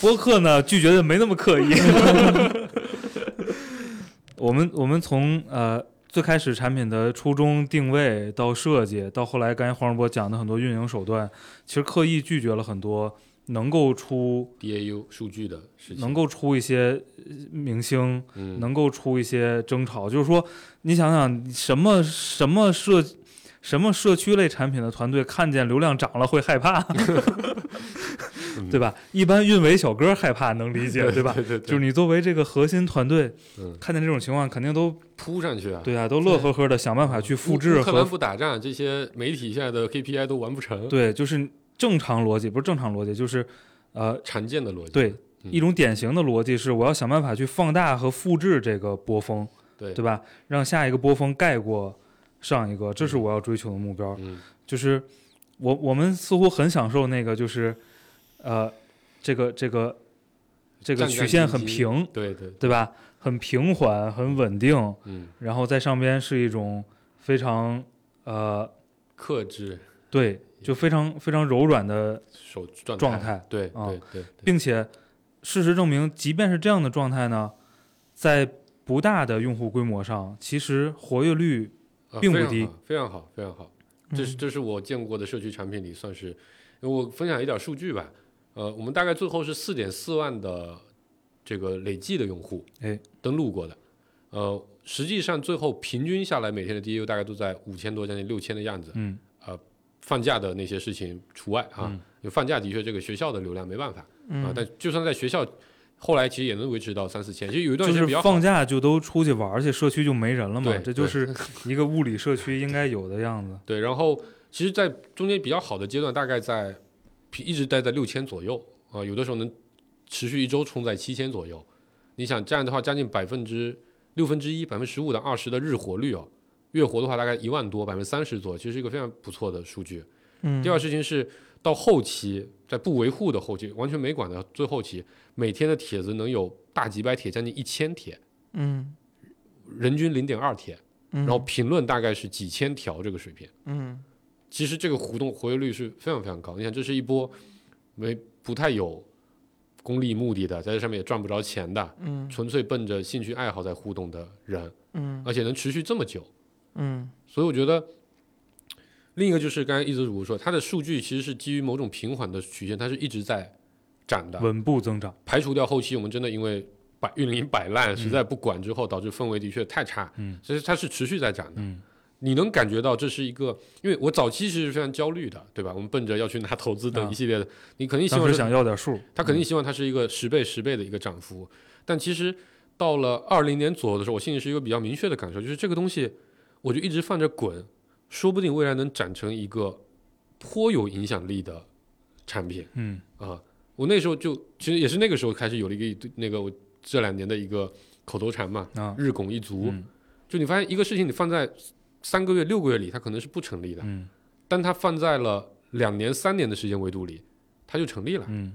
Speaker 4: 播客呢拒绝的没那么刻意。 我们我们从呃最开始产品的初衷定位到设计，到后来刚才黄世波讲的很多运营手段，其实刻意拒绝了很多能够出
Speaker 5: DAU 数据的事情，
Speaker 4: 能够出一些呃明星，
Speaker 5: 嗯
Speaker 4: 能够出一些争吵。就是说，你想想什么什么社什么社区类产品的团队看见流量涨了会害 怕， 对吧？一般运维小哥害怕能理解，对吧？
Speaker 5: 对对对，
Speaker 4: 就是你作为这个核心团队，
Speaker 5: 嗯
Speaker 4: 看见这种情况，肯定都
Speaker 5: 扑上去啊，
Speaker 4: 对啊，都乐呵呵的想办法去复
Speaker 5: 乌
Speaker 4: 制
Speaker 5: 乌克兰
Speaker 4: 和
Speaker 5: 不打仗，这些媒体现在的 KPI 都完不成，，
Speaker 4: 对，就是正常逻辑，不是正常逻辑，就是呃，
Speaker 5: 常见的逻辑，
Speaker 4: 对
Speaker 5: 嗯
Speaker 4: 一种典型的逻辑是，我要想办法去放大和复制这个波峰，
Speaker 5: 对
Speaker 4: 对吧？让下一个波峰盖过上一个，这是我要追求的目标。
Speaker 5: 嗯
Speaker 4: 就是我我们似乎很享受那个，就是呃，这个这个这个
Speaker 5: 战战
Speaker 4: 曲线
Speaker 5: 兢
Speaker 4: 很
Speaker 5: 兢
Speaker 4: 平，
Speaker 5: 对对，
Speaker 4: 对吧？很平缓，很稳定。
Speaker 5: 嗯，
Speaker 4: 然后在上边是一种非常呃，
Speaker 5: 克制
Speaker 4: 对，就非常非常柔软的，
Speaker 5: 手状
Speaker 4: 状态
Speaker 5: 对
Speaker 4: 啊
Speaker 5: 对对对，
Speaker 4: 并且事实证明，即便是这样的状态呢，在不大的用户规模上，其实活跃率
Speaker 5: 啊
Speaker 4: 并不
Speaker 5: 非常
Speaker 4: 低嗯
Speaker 5: 好非常好，非常好，这是这是我见过的社区产品里算是，呃我分享一点数据吧，呃，我们大概最后是四点四万的这个累计的用户，
Speaker 4: 哎，
Speaker 5: 登录过的，呃，实际上最后平均下来每天的 DAU 大概都在五千多，将近六千的样子，
Speaker 4: 嗯
Speaker 5: 放假的那些事情除外啊，因为放假的确这个学校的流量没办法啊，
Speaker 3: 嗯，
Speaker 5: 但就算在学校，后来其实也能维持到三四千，其实有一段
Speaker 4: 就
Speaker 5: 时间
Speaker 4: 是
Speaker 5: 比较好
Speaker 4: 放假就都出去玩儿去，社区就没人了嘛
Speaker 5: 对，
Speaker 4: 这就是一个物理社区应该有的 样子。
Speaker 5: 对，然后其实，在中间比较好的阶段，大概在一直待在六千左右啊、有的时候能持续一周冲在七千左右。你想这样的话，将近百分之六分之一、百分之十五到二十的日活率哦，月活的话大概一万多，百分之三十左右，其实是一个非常不错的数据。
Speaker 3: 嗯
Speaker 5: 第二事情是到后期，在不维护的后期，完全没管的最后期，每天的帖子能有大几百帖，将近一千帖，
Speaker 3: 嗯
Speaker 5: 人均零点二帖，
Speaker 3: 嗯，
Speaker 5: 然后评论大概是几千条这个水平。
Speaker 3: 嗯
Speaker 5: 其实这个活动活跃率是非常非常高。你想，这是一波没不太有功利目的的，在这上面也赚不着钱的，
Speaker 3: 嗯
Speaker 5: 纯粹奔着兴趣爱好在互动的人，
Speaker 3: 嗯
Speaker 5: 而且能持续这么久，
Speaker 3: 嗯
Speaker 5: 所以我觉得另一个就是刚才一直主播说，它的数据其实是基于某种平缓的曲线，它是一直在涨的。
Speaker 4: 稳步增长。
Speaker 5: 排除掉后期我们真的因为摆运营摆烂，实在不管之后，导致氛围的确太差。
Speaker 4: 嗯，
Speaker 5: 所以它是持续在涨的。
Speaker 4: 嗯，
Speaker 5: 你能感觉到这是一个，因为我早期其实非常焦虑的，对吧？我们奔着要去拿投资等
Speaker 4: 啊
Speaker 5: 一系列的，你肯定希
Speaker 4: 当
Speaker 5: 望
Speaker 4: 时
Speaker 5: 是
Speaker 4: 想要点数，
Speaker 5: 他肯定希望它是一个十倍十倍的一个涨幅，但其实到了二零年左右的时候，我心里是一个比较明确的感受，就是这个东西我就一直放着滚，说不定未来能长成一个颇有影响力的产品
Speaker 4: 嗯
Speaker 5: 啊、我那时候就其实也是那个时候开始有了一个那个我这两年的一个口头禅嘛，
Speaker 4: 啊，
Speaker 5: 日拱一卒，
Speaker 4: 嗯
Speaker 5: 就你发现一个事情你放在三个月六个月里，它可能是不成立的，
Speaker 4: 嗯
Speaker 5: 但它放在了两年三年的时间维度里，它就成立了。
Speaker 4: 嗯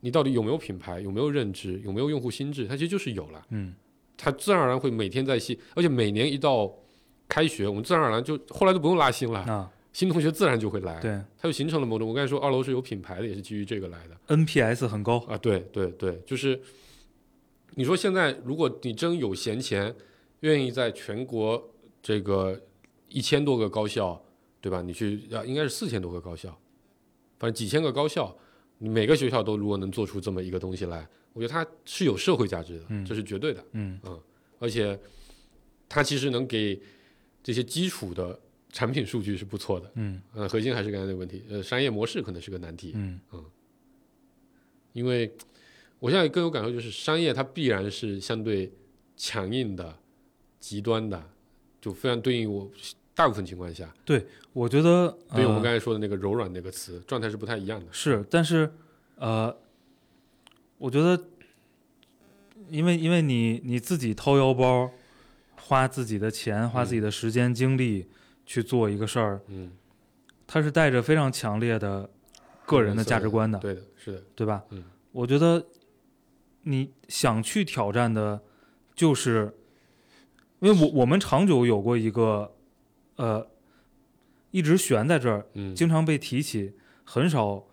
Speaker 5: 你到底有没有品牌，有没有认知，有没有用户心智，它其实就是有了，
Speaker 4: 嗯
Speaker 5: 它自然而然会每天在新，而且每年一到开学，我们自然而然就后来就不用拉新了，
Speaker 4: 啊，
Speaker 5: 新同学自然就会来，
Speaker 4: 对
Speaker 5: 它就形成了某种。我刚才说二楼是有品牌的，也是基于这个来的
Speaker 4: ，NPS 很高，
Speaker 5: 啊，对对对，就是你说现在如果你真有闲钱，愿意在全国这个一千多个高校，对吧？你去啊，应该是四千多个高校，反正几千个高校，你每个学校都如果能做出这么一个东西来，我觉得它是有社会价值的，
Speaker 4: 嗯
Speaker 5: 这是绝对的。
Speaker 4: 嗯
Speaker 5: 而且它其实能给这些基础的产品数据是不错的。
Speaker 4: 嗯
Speaker 5: 呃，核心还是刚才那个问题，呃，商业模式可能是个难题，
Speaker 4: 嗯
Speaker 5: 因为我现在更有感受就是，商业它必然是相对强硬的、极端的，就非常对应我大部分情况下，
Speaker 4: 我觉得
Speaker 5: 对于我们
Speaker 4: 呃
Speaker 5: 刚才说的那个柔软那个词，状态是不太一样的。
Speaker 4: 是，但是呃，我觉得，因为因为你你自己掏腰包，花自己的钱，花自己的时间精力去做一个事儿，
Speaker 5: 嗯，
Speaker 4: 它是带着非常强烈的个人的价值观的，
Speaker 5: 对的，是的，
Speaker 4: 对吧？
Speaker 5: 嗯
Speaker 4: 我觉得你想去挑战的，就是因为我我们长久有过一个呃，一直悬在这儿，
Speaker 5: 嗯，
Speaker 4: 经常被提起，很少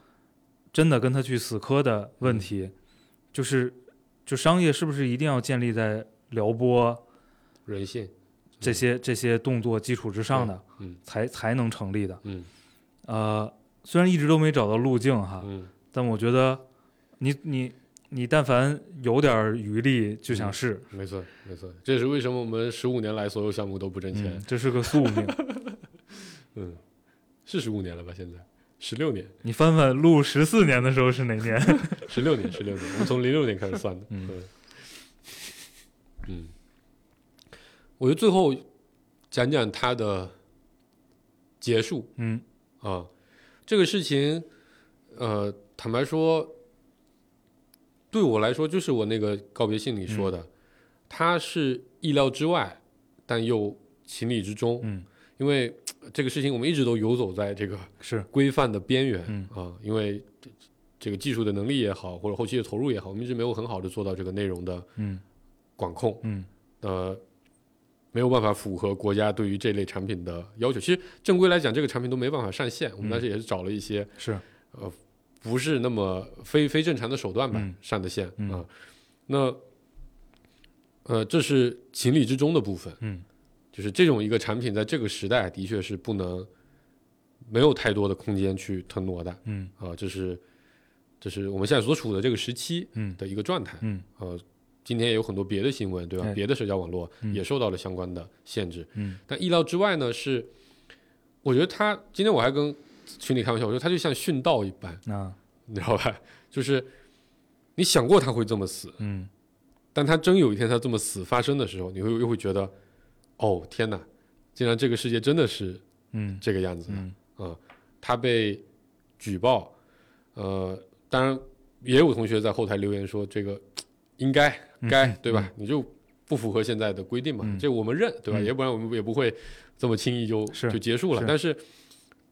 Speaker 4: 真的跟他去死磕的问题，
Speaker 5: 嗯
Speaker 4: 就是就商业是不是一定要建立在撩拨
Speaker 5: 人性，
Speaker 4: 这些、这些动作基础之上的，
Speaker 5: 嗯
Speaker 4: 才才能成立的。
Speaker 5: 嗯
Speaker 4: 呃，虽然一直都没找到路径哈，
Speaker 5: 嗯，
Speaker 4: 但我觉得你你你但凡有点儿余力就想
Speaker 5: 嗯
Speaker 4: 试，
Speaker 5: 没错没错，这也是为什么我们十五年来所有项目都不挣钱，
Speaker 4: 嗯，这是个宿命。
Speaker 5: 嗯，是十五年了吧？现在十六年，
Speaker 4: 你翻翻录十四年的时候是哪年？
Speaker 5: 十六年，十六 年，我们从零六年开始算的。
Speaker 4: 嗯
Speaker 5: 对，嗯，我觉得最后讲讲它的结束
Speaker 4: 嗯
Speaker 5: 啊，这个事情，呃，坦白说，对我来说，就是我那个告别信里说的，
Speaker 4: 嗯
Speaker 5: 它是意料之外，但又情理之中，
Speaker 4: 嗯，
Speaker 5: 因为呃这个事情我们一直都游走在这个
Speaker 4: 是
Speaker 5: 规范的边缘，
Speaker 4: 嗯
Speaker 5: 啊，因为这这个技术的能力也好，或者后期的投入也好，我们一直没有很好的做到这个内容的
Speaker 4: 嗯
Speaker 5: 管控，
Speaker 4: 嗯
Speaker 5: 呃，没有办法符合国家对于这类产品的要求。其实正规来讲，这个产品都没办法上线。
Speaker 4: 嗯
Speaker 5: 我们当时也是找了一些
Speaker 4: 是
Speaker 5: 不是那么非非正常的手段吧、
Speaker 4: 嗯
Speaker 5: 上的线啊、
Speaker 4: 嗯
Speaker 5: 那呃，这是情理之中的部分。
Speaker 4: 嗯
Speaker 5: 就是这种一个产品，在这个时代的确是不能没有太多的空间去腾挪的。
Speaker 4: 嗯
Speaker 5: 啊，这是这是我们现在所处的这个时期
Speaker 4: 嗯
Speaker 5: 的一个状态。
Speaker 4: 嗯
Speaker 5: 呃，今天也有很多别的新闻，对吧？
Speaker 4: 哎
Speaker 5: 别的社交网络
Speaker 4: 嗯
Speaker 5: 也受到了相关的限制。
Speaker 4: 嗯
Speaker 5: 但意料之外呢，是我觉得他今天我还跟群里开玩笑，我说他就像殉道一般，
Speaker 4: 啊
Speaker 5: 你知道吧？ 就是你想过他会这么死，
Speaker 4: 嗯
Speaker 5: 但他真有一天他这么死发生的时候，你会又会觉得，哦天哪，竟然这个世界真的是
Speaker 4: 嗯
Speaker 5: 这个样子的。呃
Speaker 4: 嗯
Speaker 5: 他被举报，呃，当然也有同学在后台留言说这个应该该对吧？你就不符合现在的规定嘛，
Speaker 4: 嗯
Speaker 5: 这我们认对吧？
Speaker 4: 嗯
Speaker 5: 要不然我们也不会这么轻易就是就结束了。
Speaker 4: 是
Speaker 5: 但是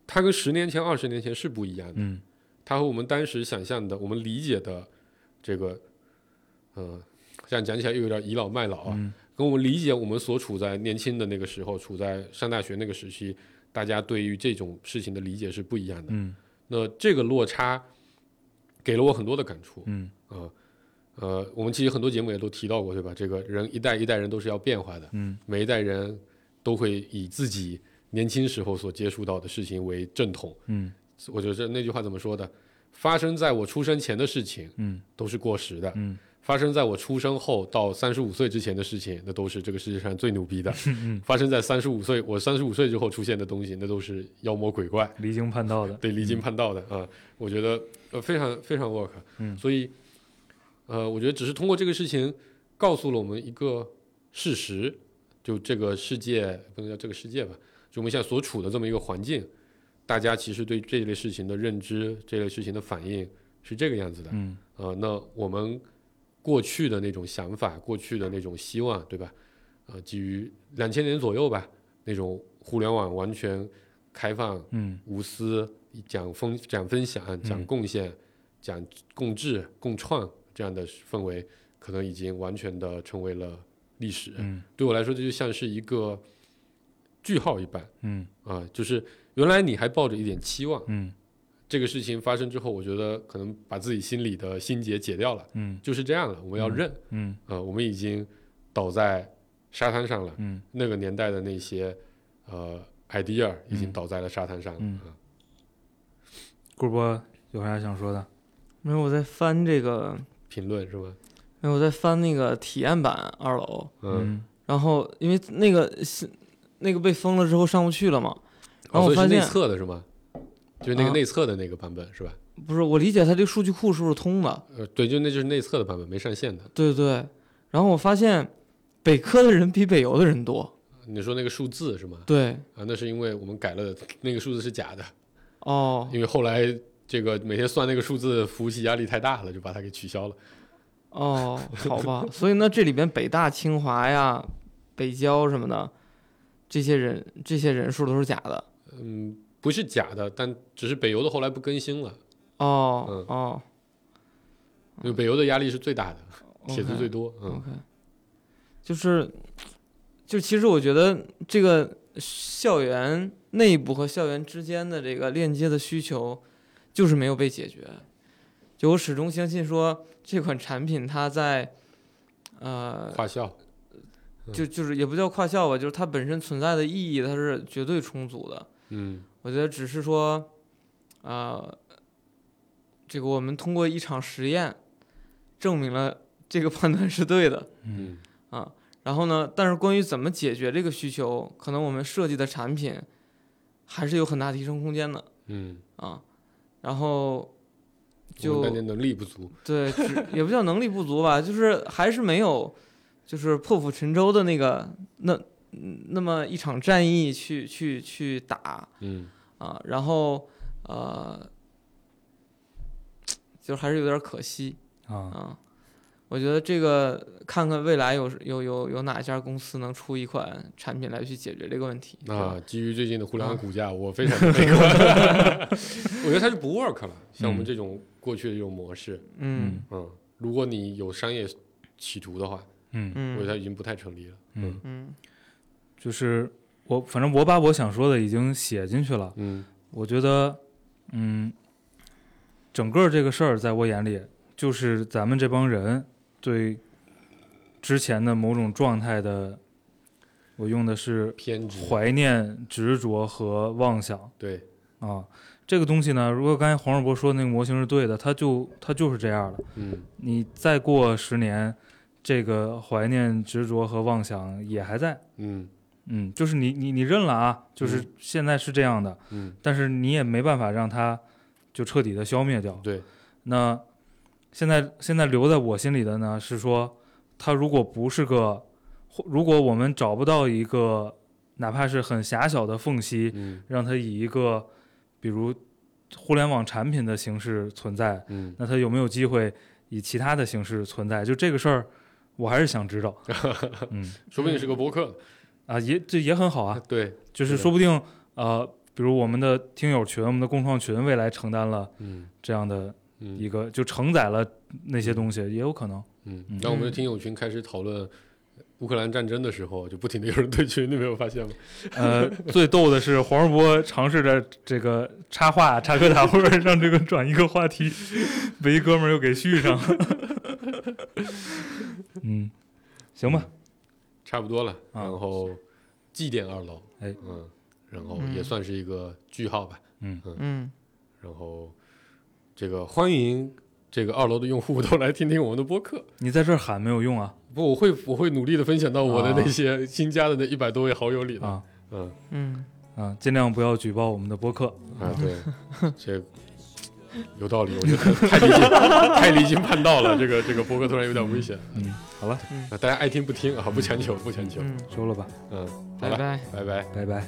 Speaker 5: 它跟十年前、二十年前是不一样的，
Speaker 4: 嗯
Speaker 5: 它和我们当时想象的、我们理解的这个，呃，这样讲起来又有点倚老卖老啊，
Speaker 4: 嗯
Speaker 5: 跟我们理解我们所处在年轻的那个时候，处在上大学那个时期，大家对于这种事情的理解是不一样的。
Speaker 4: 嗯
Speaker 5: 那这个落差给了我很多的感触
Speaker 4: 嗯
Speaker 5: 啊、呃，我们其实很多节目也都提到过，对吧？这个人一代一代人都是要变化的，
Speaker 4: 嗯
Speaker 5: 每一代人都会以自己年轻时候所接触到的事情为正统。
Speaker 4: 嗯
Speaker 5: 我觉得那句话怎么说的？发生在我出生前的事情
Speaker 4: 嗯
Speaker 5: 都是过时的，
Speaker 4: 嗯
Speaker 5: 发生在我出生后到三十五岁之前的事情，那都是这个世界上最 牛逼的。
Speaker 4: 嗯
Speaker 5: 发生在三十五岁，我三十五岁之后出现的东西，那都是妖魔鬼怪。
Speaker 4: 离经叛道的，
Speaker 5: 对，离经叛道的啊、我觉得呃非常非常 work，
Speaker 4: 嗯
Speaker 5: 所以呃，我觉得只是通过这个事情告诉了我们一个事实，就这个世界不能叫这个世界吧，就我们现在所处的这么一个环境，大家其实对这类事情的认知、这类事情的反应是这个样子的，
Speaker 4: 嗯
Speaker 5: 呃，那我们过去的那种想法、过去的那种希望，对吧？呃，基于两千年左右吧，那种互联网完全开放。
Speaker 4: 嗯
Speaker 5: 无私，讲分讲分享，讲贡献，讲共治、共创这样的氛围，可能已经完全的成为了历史。
Speaker 4: 嗯
Speaker 5: 对我来说，这就像是一个句号一般
Speaker 4: 嗯
Speaker 5: 啊、就是原来你还抱着一点期望，
Speaker 4: 嗯
Speaker 5: 这个事情发生之后，我觉得可能把自己心里的心结解掉了，
Speaker 4: 嗯
Speaker 5: 就是这样了，我们要认，
Speaker 4: 嗯
Speaker 5: 呃，我们已经倒在沙滩上了，
Speaker 4: 嗯
Speaker 5: 那个年代的那些呃 idea 已经倒在了沙滩上了。
Speaker 4: 嗯
Speaker 5: 啊
Speaker 4: 顾波有啥想说的？
Speaker 3: 没有，我在翻这个，
Speaker 5: 评论是吧？
Speaker 3: 没有，我在翻那个体验版二楼，
Speaker 5: 嗯，
Speaker 3: 然后因为那个是那个被封了之后上不去了嘛，然
Speaker 5: 哦，
Speaker 3: 后我
Speaker 5: 所以是
Speaker 3: 发
Speaker 5: 内
Speaker 3: 现
Speaker 5: 测的是吗？就是那个
Speaker 3: 啊
Speaker 5: 内测的那个版本是吧？
Speaker 3: 不是我理解它这个数据库是不是通的？
Speaker 5: 呃，对，就那就是内测的版本，没上线的。
Speaker 3: 对对，然后我发现北科的人比北邮的人多，
Speaker 5: 你说那个数字是吗？
Speaker 3: 对，
Speaker 5: 啊，那是因为我们改了那个数字是假的，
Speaker 3: 哦
Speaker 5: 因为后来这个每天算那个数字服务器压力太大了，就把它给取消了。
Speaker 3: 哦，好吧，所以那这里边北大、清华呀、北交什么的，这些人这些人数都是假的。
Speaker 5: 嗯，不是假的，但只是北邮的后来不更新了，
Speaker 3: 哦、
Speaker 5: 嗯
Speaker 3: 哦
Speaker 5: 因为北邮的压力是最大的，
Speaker 3: ，OK，
Speaker 5: 帖子最多。嗯
Speaker 3: OK，就是就其实我觉得这个校园内部和校园之间的这个链接的需求，就是没有被解决。就我始终相信说，这款产品它在呃
Speaker 5: 嗯跨嗯校，
Speaker 3: 就就是也不叫跨校吧，就是它本身存在的意义，它是绝对充足的。
Speaker 5: 嗯
Speaker 3: 我觉得只是说，呃，这个我们通过一场实验证明了这个判断是对的
Speaker 4: 嗯
Speaker 5: 嗯
Speaker 3: 啊。然后呢，但是关于怎么解决这个需求，可能我们设计的产品还是有很大提升空间的
Speaker 5: 嗯，
Speaker 3: 啊。然后
Speaker 5: 我们
Speaker 3: 就
Speaker 5: 当年能力不足。
Speaker 3: 对，只也不叫能力不足吧，就是还是没有，就是破釜沉舟的那个那那么一场战役去去去打
Speaker 5: 嗯
Speaker 3: 啊，然后呃，就还是有点可惜
Speaker 5: 嗯
Speaker 4: 啊，
Speaker 3: 啊。我觉得这个看看未来有有有有哪家公司能出一款产品来去解决这个问题。对吧
Speaker 5: 啊，基于最近的互联网
Speaker 3: 啊
Speaker 5: 股价，我非 常的悲观。我觉得它是不 work 了，像我们这种过去的这种模式，
Speaker 3: 嗯
Speaker 5: 嗯，如果你有商业企图的话，
Speaker 4: 嗯
Speaker 5: 我觉
Speaker 3: 嗯
Speaker 5: 得它已经不太成立了。
Speaker 4: 嗯，
Speaker 3: 嗯
Speaker 4: 就是我反正我把我想说的已经写进去了，
Speaker 5: 嗯
Speaker 4: 我觉得，嗯，整个这个事儿在我眼里，就是咱们这帮人对之前的某种状态的，我用的是
Speaker 5: 偏执，
Speaker 4: 怀念、执着和妄想
Speaker 5: 对，
Speaker 4: 啊。这个东西呢，如果刚才黄世博说那个模型是对的，它就它就是这样的。
Speaker 5: 嗯
Speaker 4: 你再过十年，这个怀念、执着和妄想也还在。
Speaker 5: 嗯
Speaker 4: 嗯，就是你你你认了啊，就是
Speaker 5: 嗯
Speaker 4: 现在是这样的，
Speaker 5: 嗯，
Speaker 4: 但是你也没办法让它就彻底的消灭掉。
Speaker 5: 对，
Speaker 4: 那现在现在留在我心里的呢是说，它如果不是个，或如果我们找不到一个哪怕是很狭小的缝隙，
Speaker 5: 嗯
Speaker 4: 让它以一个比如互联网产品的形式存在，
Speaker 5: 嗯，
Speaker 4: 那它有没有机会以其他的形式存在？就这个事儿，我还是想 知道。嗯
Speaker 5: 说不定是个博客，
Speaker 4: 啊，也这也很好啊，
Speaker 5: 对，
Speaker 4: 就是
Speaker 5: 是的
Speaker 4: 说不定呃，比如我们的听友群、我们的共创群，未来承担了
Speaker 5: 嗯
Speaker 4: 这样的一
Speaker 5: 嗯
Speaker 4: 个，就承载了那些东西，也有可能。
Speaker 5: 嗯。当我们的听友群开始讨论乌克兰战争的时候，就不停的有人退群，你没有发现吗？
Speaker 4: 呃，最逗的是黄世博尝试着这个插话、插科打诨，让这个转移个话题，被一哥们儿又给续上了。 嗯，行吧，
Speaker 5: 差不多了，
Speaker 4: 啊
Speaker 5: 然后祭奠二楼，
Speaker 4: 哎
Speaker 5: 嗯，然后
Speaker 3: 嗯
Speaker 5: 也算是一个句号吧。
Speaker 4: 嗯
Speaker 3: 嗯，
Speaker 5: 然后这个欢迎这个二楼的用户都来听听我们的播客。
Speaker 4: 你在这儿喊没有用啊
Speaker 5: 不，我会我会努力的分享到我的
Speaker 4: 啊
Speaker 5: 那些新加的那一百多位好友里的。
Speaker 4: 啊
Speaker 5: 嗯
Speaker 3: 嗯，
Speaker 4: 啊！尽量不要举报我们的播客。
Speaker 5: 啊，对，这有道理，我觉得太离经 太离经叛道了。这个这个播客突然有点危险
Speaker 4: 嗯，好了，
Speaker 5: 啊，大家爱听不听啊，不强求不强求。
Speaker 3: 嗯
Speaker 4: 收了吧，
Speaker 5: 嗯，好
Speaker 3: 拜
Speaker 5: 了，
Speaker 3: 拜。
Speaker 5: 拜拜。
Speaker 4: 拜拜。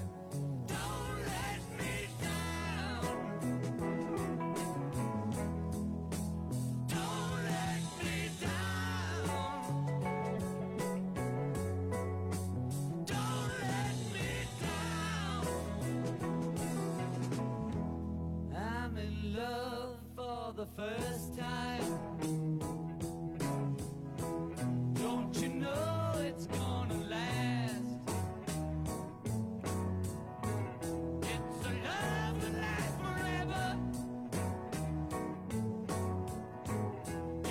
Speaker 2: I'm in love for the first time. Don't you know it's gonna last? It's a love that lasts forever.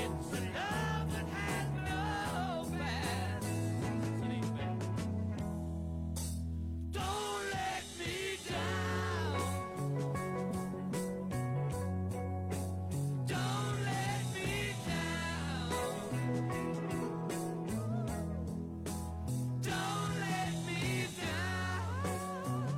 Speaker 2: It's a love that has no past. It ain't bad. Don't let me down. Don't let me down. Don't let me down. Don't let me down.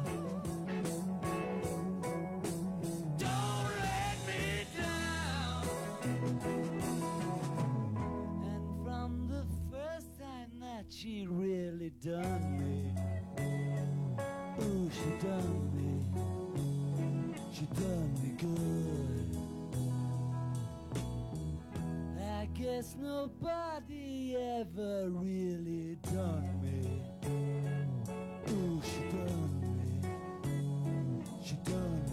Speaker 2: And from the first time that she really done me, ooh, she done me. She done me good. I guess nobody ever really done me. Ooh, she done me. She done